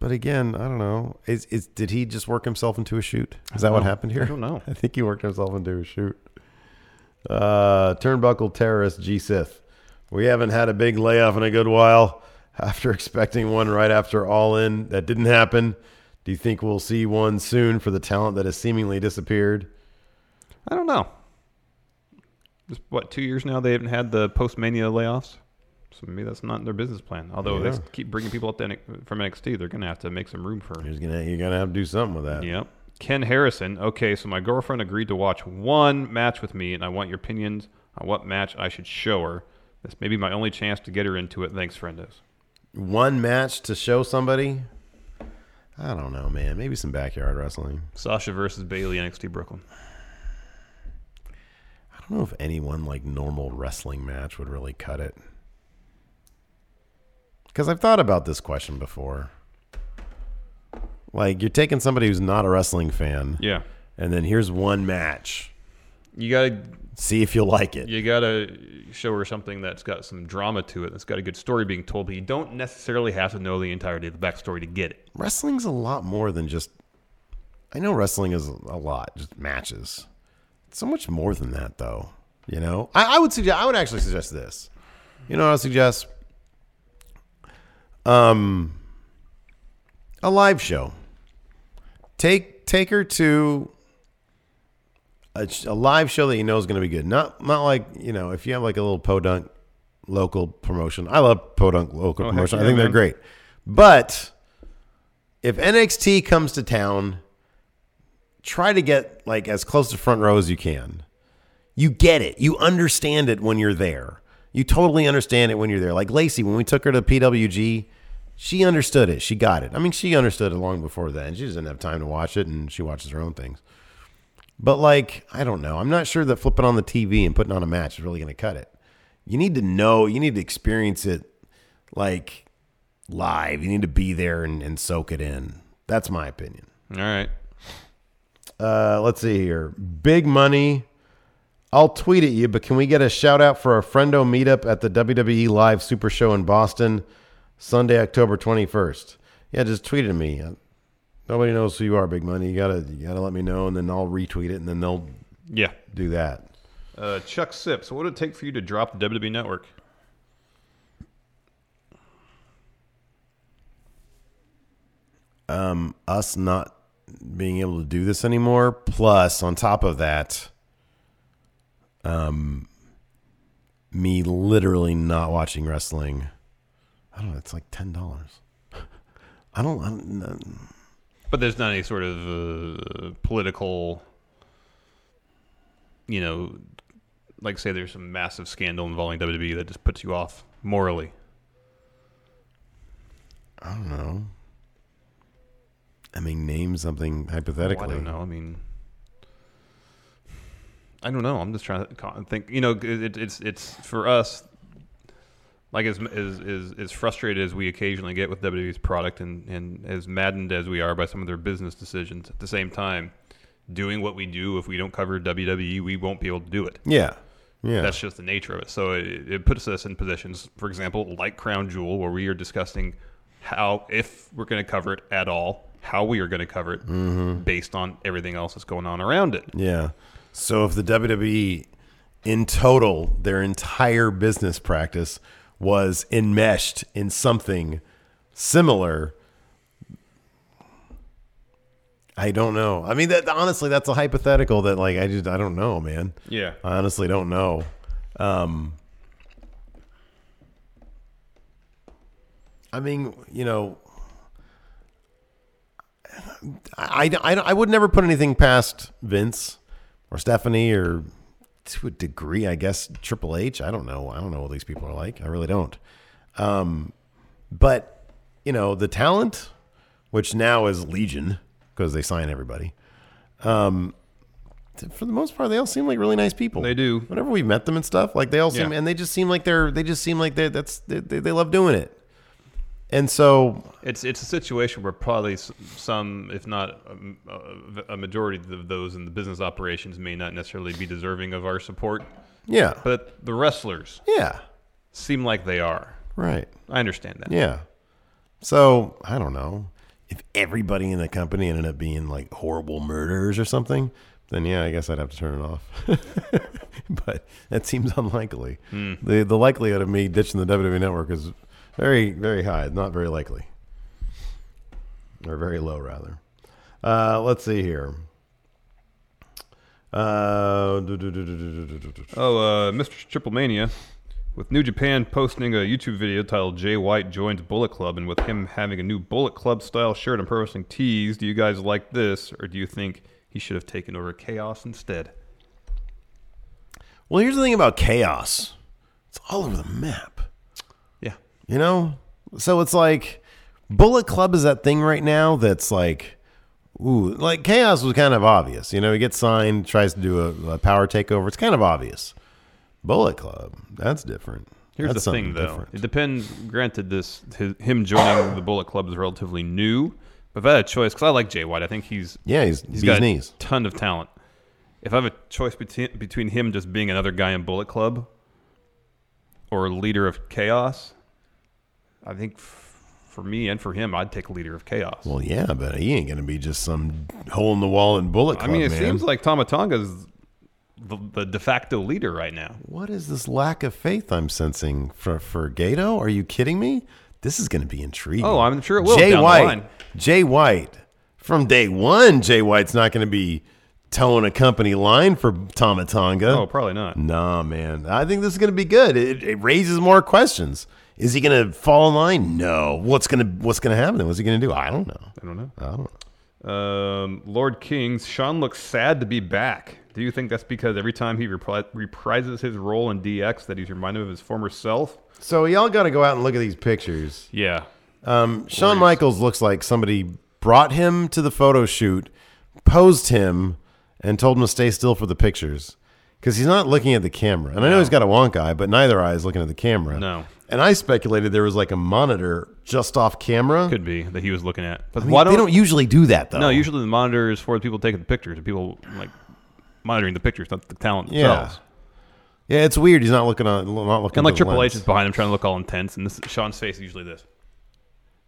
[SPEAKER 11] but again, I don't know. Is is did he just work himself into a shoot? Is that
[SPEAKER 12] don't
[SPEAKER 11] what
[SPEAKER 12] know.
[SPEAKER 11] happened here?
[SPEAKER 12] I don't know.
[SPEAKER 11] <laughs> I think he worked himself into a shoot. Uh, turnbuckle terrorist G Sith. We haven't had a big layoff in a good while. After <laughs> expecting one right after All In, that didn't happen. Do you think we'll see one soon for the talent that has seemingly disappeared?
[SPEAKER 12] I don't know. It's, what two years now they haven't had the post mania layoffs, so maybe that's not in their business plan. Although
[SPEAKER 11] Yeah.
[SPEAKER 12] they keep bringing people up to, N- from NXT, they're going to have to make some room for.
[SPEAKER 11] You're gonna you're gonna have to do something with that.
[SPEAKER 12] Yep. Ken Harrison. Okay, so my girlfriend agreed to watch one match with me, and I want your opinions on what match I should show her. This may be my only chance to get her into it. Thanks, friendos.
[SPEAKER 11] One match to show somebody. I don't know, man. Maybe some backyard wrestling.
[SPEAKER 12] Sasha versus Bailey NXT Brooklyn.
[SPEAKER 11] I don't know if any one like normal wrestling match would really cut it. Because I've thought about this question before. Like you're taking somebody who's not a wrestling fan.
[SPEAKER 12] Yeah.
[SPEAKER 11] And then here's one match.
[SPEAKER 12] You gotta
[SPEAKER 11] see if you like it.
[SPEAKER 12] You gotta show her something that's got some drama to it. That's got a good story being told, but you don't necessarily have to know the entirety of the backstory to get it.
[SPEAKER 11] Wrestling's a lot more than just. I know wrestling is a lot, just matches. It's so much more than that, though. You know, I, I would suggest. I would actually suggest this. You know, what I would suggest. Um, a live show. Take take her to a, sh- a live show that you know is going to be good. Not not like you know if you have like a little podunk local promotion. I love podunk local
[SPEAKER 12] Oh, heck
[SPEAKER 11] promotion. I
[SPEAKER 12] yeah,
[SPEAKER 11] think they're
[SPEAKER 12] man.
[SPEAKER 11] great. But if NXT comes to town, try to get like as close to front row as you can. You get it. You understand it when you're there. You totally understand it when you're there. Like Lacey, when we took her to PWG, she understood it. She got it. I mean, she understood it long before then. She just didn't have time to watch it, and she watches her own things. But like, I don't know. I'm not sure that flipping on the TV and putting on a match is really going to cut it. You need to know. You need to experience it like live. You need to be there and, and soak it in. That's my opinion.
[SPEAKER 12] All right.
[SPEAKER 11] Uh, let's see here. Big money. I'll tweet at you, but can we get a shout out for our friendo meetup at the WWE Live Super Show in Boston, Sunday, October twenty first? Yeah, just tweet at me. Uh, Nobody knows who you are, Big Money. You gotta you gotta let me know, and then I'll retweet it, and then they'll
[SPEAKER 12] Yeah.
[SPEAKER 11] do that.
[SPEAKER 12] Uh, Chuck Sips, what would it take for you to drop the WWE Network?
[SPEAKER 11] um, us not being able to do this anymore. Plus, on top of that, um, me literally not watching wrestling. I don't know. It's like ten dollars. I don't. I don't know.
[SPEAKER 12] But there's not any sort of uh, political, you know, like say there's some massive scandal involving WWE that just puts you off morally.
[SPEAKER 11] I don't know. I mean, name something hypothetically.
[SPEAKER 12] Well, I don't know. I mean, I don't know. I'm just trying to con- think. You know, it, it's it's for us. Like as, as as as frustrated as we occasionally get with WWE's product, and and as maddened as we are by some of their business decisions, at the same time, doing what we do, if we don't cover WWE, we won't be able to do it.
[SPEAKER 11] Yeah. Yeah.
[SPEAKER 12] That's just the nature of it. So it, it puts us in positions, for example, like Crown Jewel, where we are discussing how, if we're going to cover it at all, how we are going to cover it
[SPEAKER 11] Mhm.
[SPEAKER 12] based on everything else that's going on around it.
[SPEAKER 11] Yeah. So if the WWE in total, their entire business practice was enmeshed in something similar, I don't know. I mean, that honestly, that's a hypothetical that like I just I don't know, man.
[SPEAKER 12] Yeah.
[SPEAKER 11] I honestly don't know. Um, I mean, you know, I, I, I would never put anything past Vince or Stephanie or to a degree, I guess Triple H. I don't know. I don't know what these people are like. I really don't. Um, but you know, the talent, which now is legion because they sign everybody. Um, th- for the most part, they all seem like really nice people.
[SPEAKER 12] They do.
[SPEAKER 11] Whenever we met them and stuff, like they all seem,
[SPEAKER 12] Yeah.
[SPEAKER 11] and they just seem like they're, they just seem like they're, that's, they, they they love doing it. And so
[SPEAKER 12] It's it's a situation where probably s- some, if not um, a, a majority of those in the business operations, may not necessarily be deserving of our support.
[SPEAKER 11] Yeah.
[SPEAKER 12] But the wrestlers.
[SPEAKER 11] Yeah.
[SPEAKER 12] Seem like they are.
[SPEAKER 11] Right.
[SPEAKER 12] I understand that.
[SPEAKER 11] Yeah. So I don't know if everybody in the company ended up being like horrible murderers or something. Then yeah, I guess I'd have to turn it off. <laughs> but that seems unlikely.
[SPEAKER 12] Hmm.
[SPEAKER 11] the The likelihood of me ditching the WWE network is very, very high. Not very likely, or very low rather. Uh, let's see here. Uh, do, do, do, do, do, do, do, do.
[SPEAKER 12] Oh, uh, Mr. Triple Mania, with New Japan posting a YouTube video titled "Jay White Joins Bullet Club," and with him having a new Bullet Club style shirt and pro wrestling tees. Do you guys like this, or do you think he should have taken over Chaos instead?
[SPEAKER 11] Well, here's the thing about chaos. It's all over the map.
[SPEAKER 12] Yeah.
[SPEAKER 11] You know? So it's like Bullet Club is that thing right now that's like ooh, like chaos was kind of obvious. You know, he gets signed, tries to do a, a power takeover. It's kind of obvious. Bullet Club, that's different.
[SPEAKER 12] Here's
[SPEAKER 11] That's
[SPEAKER 12] the thing,
[SPEAKER 11] something
[SPEAKER 12] though.
[SPEAKER 11] different.
[SPEAKER 12] It depends. Granted, this his, him joining the Bullet Club is relatively new, but if I had a choice, because I like Jay White, I think he's
[SPEAKER 11] Yeah, he's
[SPEAKER 12] he's
[SPEAKER 11] bee's
[SPEAKER 12] got
[SPEAKER 11] knees.
[SPEAKER 12] a ton of talent. If I have a choice between between him just being another guy in Bullet Club or leader of chaos, I think f- for me and for him, I'd take leader of chaos.
[SPEAKER 11] Well, yeah, but he ain't gonna be just some hole in the wall in Bullet
[SPEAKER 12] I
[SPEAKER 11] Club.
[SPEAKER 12] mean, it
[SPEAKER 11] man.
[SPEAKER 12] seems like Tomatonga is the, the de facto leader right now.
[SPEAKER 11] What is this lack of faith I'm sensing for for Gato? Are you kidding me? This is going to be intriguing.
[SPEAKER 12] Oh, I'm sure it will
[SPEAKER 11] Jay
[SPEAKER 12] down the
[SPEAKER 11] White,
[SPEAKER 12] line.
[SPEAKER 11] Jay White, from day one, Jay White's not going to be towing a company line for Tomatonga.
[SPEAKER 12] Oh, probably not.
[SPEAKER 11] Nah, man. I think this is going to be good. It, it raises more questions. Is he going to fall in line? No. What's going to What's going to happen? What's he going to do? I don't know.
[SPEAKER 12] I don't know.
[SPEAKER 11] I don't know.
[SPEAKER 12] Um, Lord Kings, Sean looks sad to be back. Do you think that's because every time he repri- reprises his role in DX that he's reminded of his former self?
[SPEAKER 11] So y'all got to go out and look at these pictures.
[SPEAKER 12] Yeah.
[SPEAKER 11] Um, Shawn Michaels looks like somebody brought him to the photo shoot, posed him, and told him to stay still for the pictures because he's not looking at the camera. And I know he's got a wonk eye, but neither eye is looking at the camera.
[SPEAKER 12] No.
[SPEAKER 11] And I speculated there was like a monitor just off camera.
[SPEAKER 12] Could be that he was looking at. But
[SPEAKER 11] I mean, they don't usually do that, though.
[SPEAKER 12] No, usually the monitor is for the people taking the pictures, the people like monitoring the pictures, not the talent
[SPEAKER 11] Yeah.
[SPEAKER 12] themselves.
[SPEAKER 11] Yeah, it's weird. He's not looking on. Not looking.
[SPEAKER 12] And like
[SPEAKER 11] to the
[SPEAKER 12] Triple
[SPEAKER 11] lens.
[SPEAKER 12] H is behind him trying to look all intense, and this Sean's face is usually this.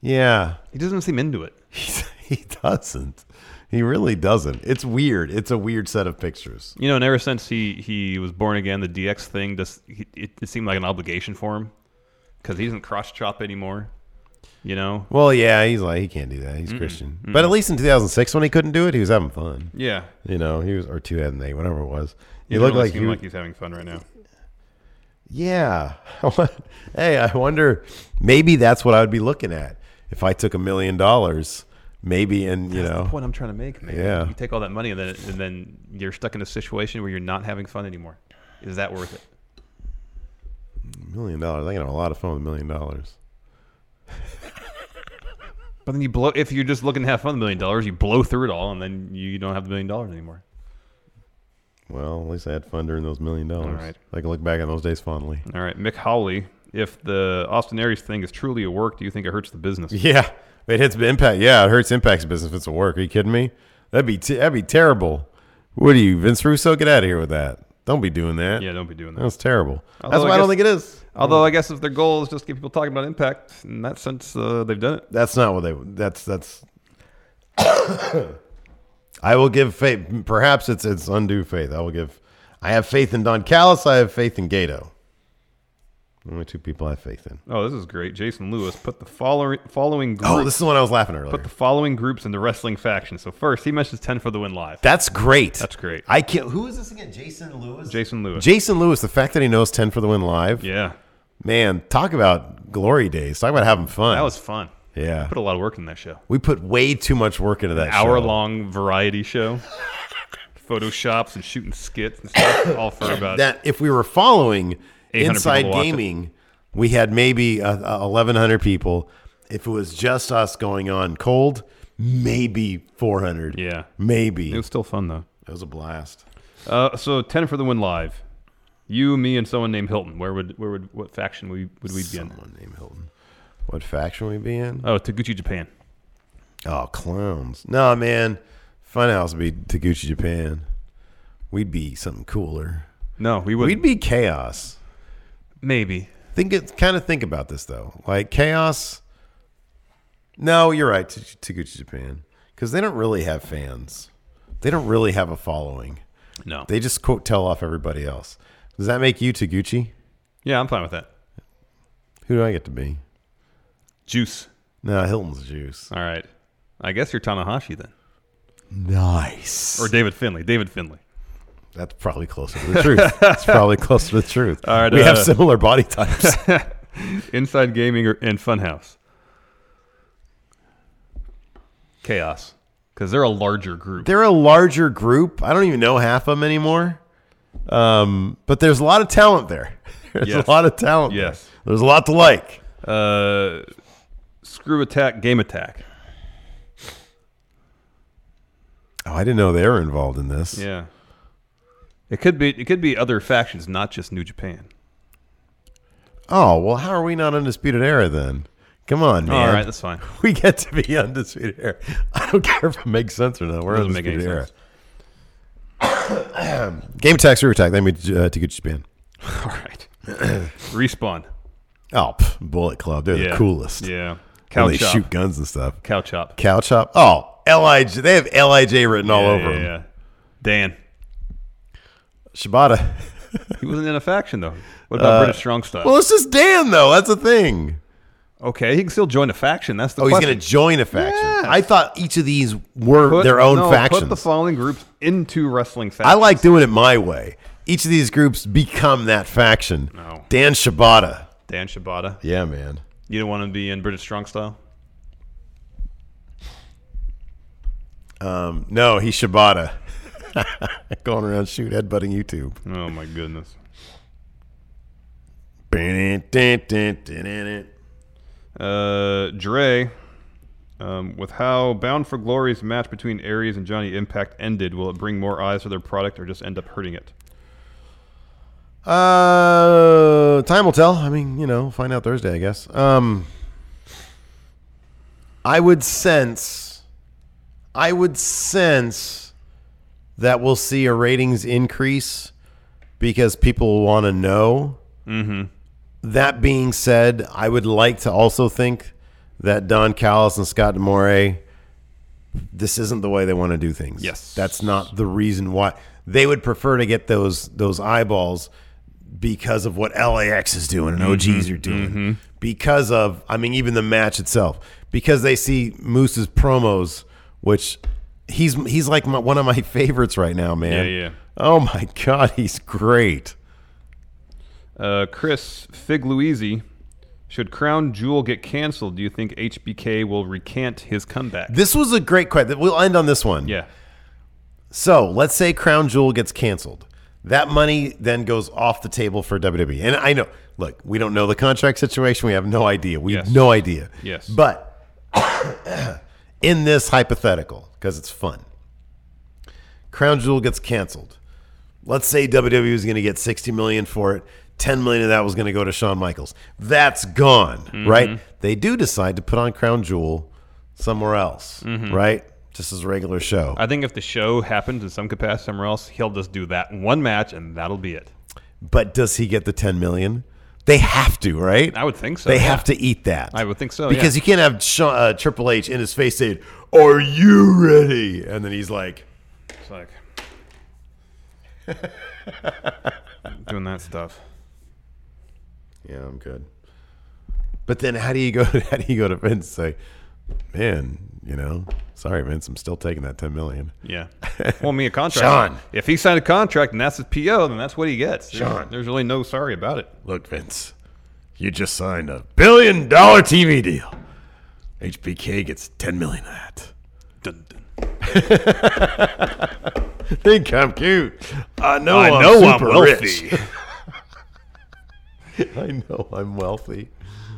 [SPEAKER 11] Yeah. <laughs>
[SPEAKER 12] He doesn't seem into it.
[SPEAKER 11] he doesn't. He really doesn't. It's weird. It's a weird set of pictures.
[SPEAKER 12] You know, and ever since he he was born again, the DX thing just he, it, it seemed like an obligation for him because he doesn't cross chop anymore. You know,
[SPEAKER 11] Well, yeah, he's like he can't do that. He's
[SPEAKER 12] Mm-mm,
[SPEAKER 11] Christian.
[SPEAKER 12] mm-mm.
[SPEAKER 11] But at least in 2006, when he couldn't do it, he was having fun.
[SPEAKER 12] Yeah.
[SPEAKER 11] you know, he was or 2008, whatever it was. He
[SPEAKER 12] It
[SPEAKER 11] looked
[SPEAKER 12] only
[SPEAKER 11] like he.
[SPEAKER 12] seemed
[SPEAKER 11] was-
[SPEAKER 12] like he's having fun right now.
[SPEAKER 11] yeah. <laughs> hey, I wonder. Maybe that's what I would be looking at if I took a million dollars. Maybe and you
[SPEAKER 12] That's
[SPEAKER 11] know
[SPEAKER 12] the point I'm trying to make, man.
[SPEAKER 11] Yeah.
[SPEAKER 12] You take all that money and then and then you're stuck in a situation where you're not having fun anymore. Is that worth it?
[SPEAKER 11] a million dollars. I can have a lot of fun with a million dollars.
[SPEAKER 12] But then you blow if you're just looking to have fun, with a million dollars, you blow through it all, and then you don't have the million dollars anymore.
[SPEAKER 11] Well, at least I had fun during those million dollars.
[SPEAKER 12] right.
[SPEAKER 11] I can look back on those days fondly.
[SPEAKER 12] All right, Mick Howley. If the Austin Aries thing is truly a work, do you think it hurts the business?
[SPEAKER 11] Yeah, it hits impact. Yeah, it hurts impact's business if it's a work. Are you kidding me? That'd be t- that'd be terrible. What are you, Vince Russo? Get out of here with that. Don't be doing that.
[SPEAKER 12] Yeah, don't be doing that.
[SPEAKER 11] That's terrible. That's
[SPEAKER 12] Although
[SPEAKER 11] why I, don't
[SPEAKER 12] guess-
[SPEAKER 11] think it is.
[SPEAKER 12] Although I guess if their goal is just to get people talking about impact, in that sense, uh, they've done it.
[SPEAKER 11] That's not what they. That's that's. <coughs> I will give faith. Perhaps it's it's undue faith. I will give. I have faith in Don Callis. I have faith in Gato. Only two people I have faith in.
[SPEAKER 12] Oh, this is great. Jason Lewis put the following following groups,
[SPEAKER 11] Oh, this is the one I was laughing earlier.
[SPEAKER 12] Put the following groups in the wrestling faction. So first, he mentions ten for the win live.
[SPEAKER 11] That's great.
[SPEAKER 12] That's great.
[SPEAKER 11] I can't. Who is this again? Jason Lewis.
[SPEAKER 12] Jason Lewis.
[SPEAKER 11] Jason Lewis, the fact that he knows 10 for the win live.
[SPEAKER 12] Yeah.
[SPEAKER 11] Man, talk about glory days. Talk about having fun.
[SPEAKER 12] That was fun.
[SPEAKER 11] Yeah.
[SPEAKER 12] Put a lot of work in that show.
[SPEAKER 11] We put way too much work into that show.
[SPEAKER 12] Hour long variety show. Photoshops and shooting skits and stuff. all for about
[SPEAKER 11] That if we were following
[SPEAKER 12] 800
[SPEAKER 11] Inside
[SPEAKER 12] people watch it.
[SPEAKER 11] Gaming, we had maybe uh, uh, 1,100 people. If it was just us going on cold, maybe 400.
[SPEAKER 12] Yeah.
[SPEAKER 11] Maybe.
[SPEAKER 12] It was still fun, though.
[SPEAKER 11] It was a blast.
[SPEAKER 12] Uh, so ten for the win live. You, me, and someone named Hilton. Where would where would what faction we would we be in? Someone
[SPEAKER 11] named Hilton. What faction would we be in?
[SPEAKER 12] Oh, Taguchi Japan.
[SPEAKER 11] Oh, clowns. No, man. Funhouse would be Taguchi Japan. We'd be something cooler.
[SPEAKER 12] No, we wouldn't.
[SPEAKER 11] We'd be chaos.
[SPEAKER 12] Maybe.
[SPEAKER 11] Think it, kind of think about this though. Like chaos. No, you're right. T- Taguchi Japan, because they don't really have fans. They don't really have a following.
[SPEAKER 12] No.
[SPEAKER 11] They just quote tell off everybody else. Does that make you Taguchi?
[SPEAKER 12] Yeah, I'm fine with that.
[SPEAKER 11] Who do I get to be?
[SPEAKER 12] Juice.
[SPEAKER 11] No, Hilton's Juice.
[SPEAKER 12] All right. I guess you're Tanahashi then,
[SPEAKER 11] Nice.
[SPEAKER 12] or David Finley. David Finley.
[SPEAKER 11] That's probably closer to the truth. It's probably close to the truth.
[SPEAKER 12] All right,
[SPEAKER 11] we have
[SPEAKER 12] uh,
[SPEAKER 11] similar body types.
[SPEAKER 12] Inside Gaming or, and Funhouse. Chaos, because they're a larger group.
[SPEAKER 11] They're a larger group. I don't even know half of them anymore. Um, but there's a lot of talent there. <laughs> There's
[SPEAKER 12] Yes.
[SPEAKER 11] a lot of talent. there.
[SPEAKER 12] Yes.
[SPEAKER 11] There's a lot to like.
[SPEAKER 12] Uh, screw attack, game attack.
[SPEAKER 11] Oh, I didn't know they were involved in this.
[SPEAKER 12] Yeah. It could be. It could be other factions, not just New Japan.
[SPEAKER 11] Oh, well, how are we not Undisputed Era then? Come on, man.
[SPEAKER 12] All right, that's fine.
[SPEAKER 11] <laughs> We get to be Undisputed Era. <laughs> I don't care if it makes sense or not. We're
[SPEAKER 12] Doesn't make
[SPEAKER 11] Undisputed
[SPEAKER 12] any
[SPEAKER 11] Era.
[SPEAKER 12] sense.
[SPEAKER 11] Game attack, screw attack. They made uh, to good Japan.
[SPEAKER 12] All right. <coughs> Respawn.
[SPEAKER 11] Oh, pff, Bullet Club. They're
[SPEAKER 12] Yeah.
[SPEAKER 11] the coolest.
[SPEAKER 12] Yeah.
[SPEAKER 11] Cow
[SPEAKER 12] Cow
[SPEAKER 11] they
[SPEAKER 12] chop.
[SPEAKER 11] shoot guns and stuff.
[SPEAKER 12] Cow chop.
[SPEAKER 11] Cow chop. Oh, Lij. They have Lij written all
[SPEAKER 12] Yeah,
[SPEAKER 11] over
[SPEAKER 12] yeah,
[SPEAKER 11] them.
[SPEAKER 12] yeah. Dan.
[SPEAKER 11] Shibata.
[SPEAKER 12] He wasn't in a faction though. What about
[SPEAKER 11] Uh,
[SPEAKER 12] British Strong Style?
[SPEAKER 11] Well, it's just Dan though. That's the thing.
[SPEAKER 12] okay, he can still join a faction. That's the
[SPEAKER 11] Oh, he's
[SPEAKER 12] question.
[SPEAKER 11] going to join a faction. I thought each of these were
[SPEAKER 12] Put-
[SPEAKER 11] their own
[SPEAKER 12] no,
[SPEAKER 11] factions.
[SPEAKER 12] Put the following groups into wrestling factions.
[SPEAKER 11] I like doing it my way. Each of these groups become that faction.
[SPEAKER 12] No.
[SPEAKER 11] Dan Shibata.
[SPEAKER 12] Dan Shibata.
[SPEAKER 11] Yeah, man.
[SPEAKER 12] You don't want to be in British Strong Style.
[SPEAKER 11] Um, no, he's Shibata. <laughs> Going around shoot headbutting YouTube.
[SPEAKER 12] Oh my goodness. Uh, Dre, um, with how Bound for Glory's match between Aries and Johnny Impact ended, will it bring more eyes to their product or just end up hurting it?
[SPEAKER 11] Uh, time will tell. I mean, you know, find out Thursday, I guess. Um, I would sense, I would sense that we'll see a ratings increase because people want to know.
[SPEAKER 12] Mm-hmm.
[SPEAKER 11] That being said, I would like to also think that Don Callis and Scott Demore, this isn't the way they want to do things. Yes, that's not the reason why they would prefer to get those those eyeballs because of what LAX is doing and OGs
[SPEAKER 12] Mm-hmm.
[SPEAKER 11] are doing. Because of, I mean, even the match itself, because they see Moose's promos, which he's he's like my, one of my <laughs> favorites right now, man.
[SPEAKER 12] Yeah, yeah.
[SPEAKER 11] Oh my <laughs> god, he's great.
[SPEAKER 12] Uh, Chris Fig Luizzi, should Crown Jewel get canceled, do you think HBK will recant his comeback?
[SPEAKER 11] This was a great question. We'll end on this one.
[SPEAKER 12] Yeah.
[SPEAKER 11] So let's say Crown Jewel gets canceled. That money then goes off the table for WWE. And I know, look, we don't know the contract situation. We have no idea. We have no idea.
[SPEAKER 12] Yes.
[SPEAKER 11] But <coughs> in this hypothetical, because it's fun, Crown Jewel gets canceled. Let's say WWE is going to get 60 million for it. 10 million of that was going to go to Shawn Michaels. That's gone,
[SPEAKER 12] Mm-hmm.
[SPEAKER 11] right? They do decide to put on Crown Jewel somewhere else,
[SPEAKER 12] Mhm.
[SPEAKER 11] right? Just as a regular show.
[SPEAKER 12] I think if the show happens in some capacity somewhere else, he'll just do that one match and that'll be it.
[SPEAKER 11] But does he get the 10 million? They have to, right?
[SPEAKER 12] I would think so,
[SPEAKER 11] They
[SPEAKER 12] yeah.
[SPEAKER 11] have to eat that.
[SPEAKER 12] I would think so,
[SPEAKER 11] Because
[SPEAKER 12] yeah.
[SPEAKER 11] you can't have Sha- uh, Triple H in his face saying, Are you ready? And then he's like,
[SPEAKER 12] It's like <laughs> doing that stuff.
[SPEAKER 11] Yeah, I'm good. But then how do you go? <laughs> How do you go to Vince and say, "Man, you know, sorry, Vince, I'm still taking that 10 million. <laughs>
[SPEAKER 12] Yeah. Want me a contract?
[SPEAKER 11] Sean.
[SPEAKER 12] If he signed a contract and that's his PO, then that's what he gets. There's-
[SPEAKER 11] Sean.
[SPEAKER 12] There's really no sorry about it.
[SPEAKER 11] Look, Vince, you just signed a billion dollar TV deal. HBK gets 10 million of that. Dun, dun. <laughs> Think I'm cute. I know
[SPEAKER 13] I
[SPEAKER 11] I
[SPEAKER 13] know
[SPEAKER 11] know
[SPEAKER 13] I'm
[SPEAKER 11] super
[SPEAKER 13] wealthy.
[SPEAKER 11] rich. <laughs> I know I'm wealthy.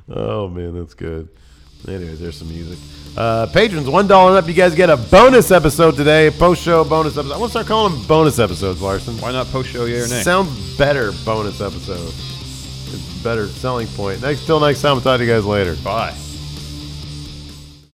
[SPEAKER 11] Oh man, that's good. Anyway, there's some music. Uh, patrons, one dollar and up, you guys get a bonus episode today. Post show bonus episode. I want to start calling them bonus episodes, Larson.
[SPEAKER 12] Why not post show yay or nay?
[SPEAKER 11] Sound better bonus episode. It's a better selling point. Next till next time. We'll talk to you guys later.
[SPEAKER 12] Bye.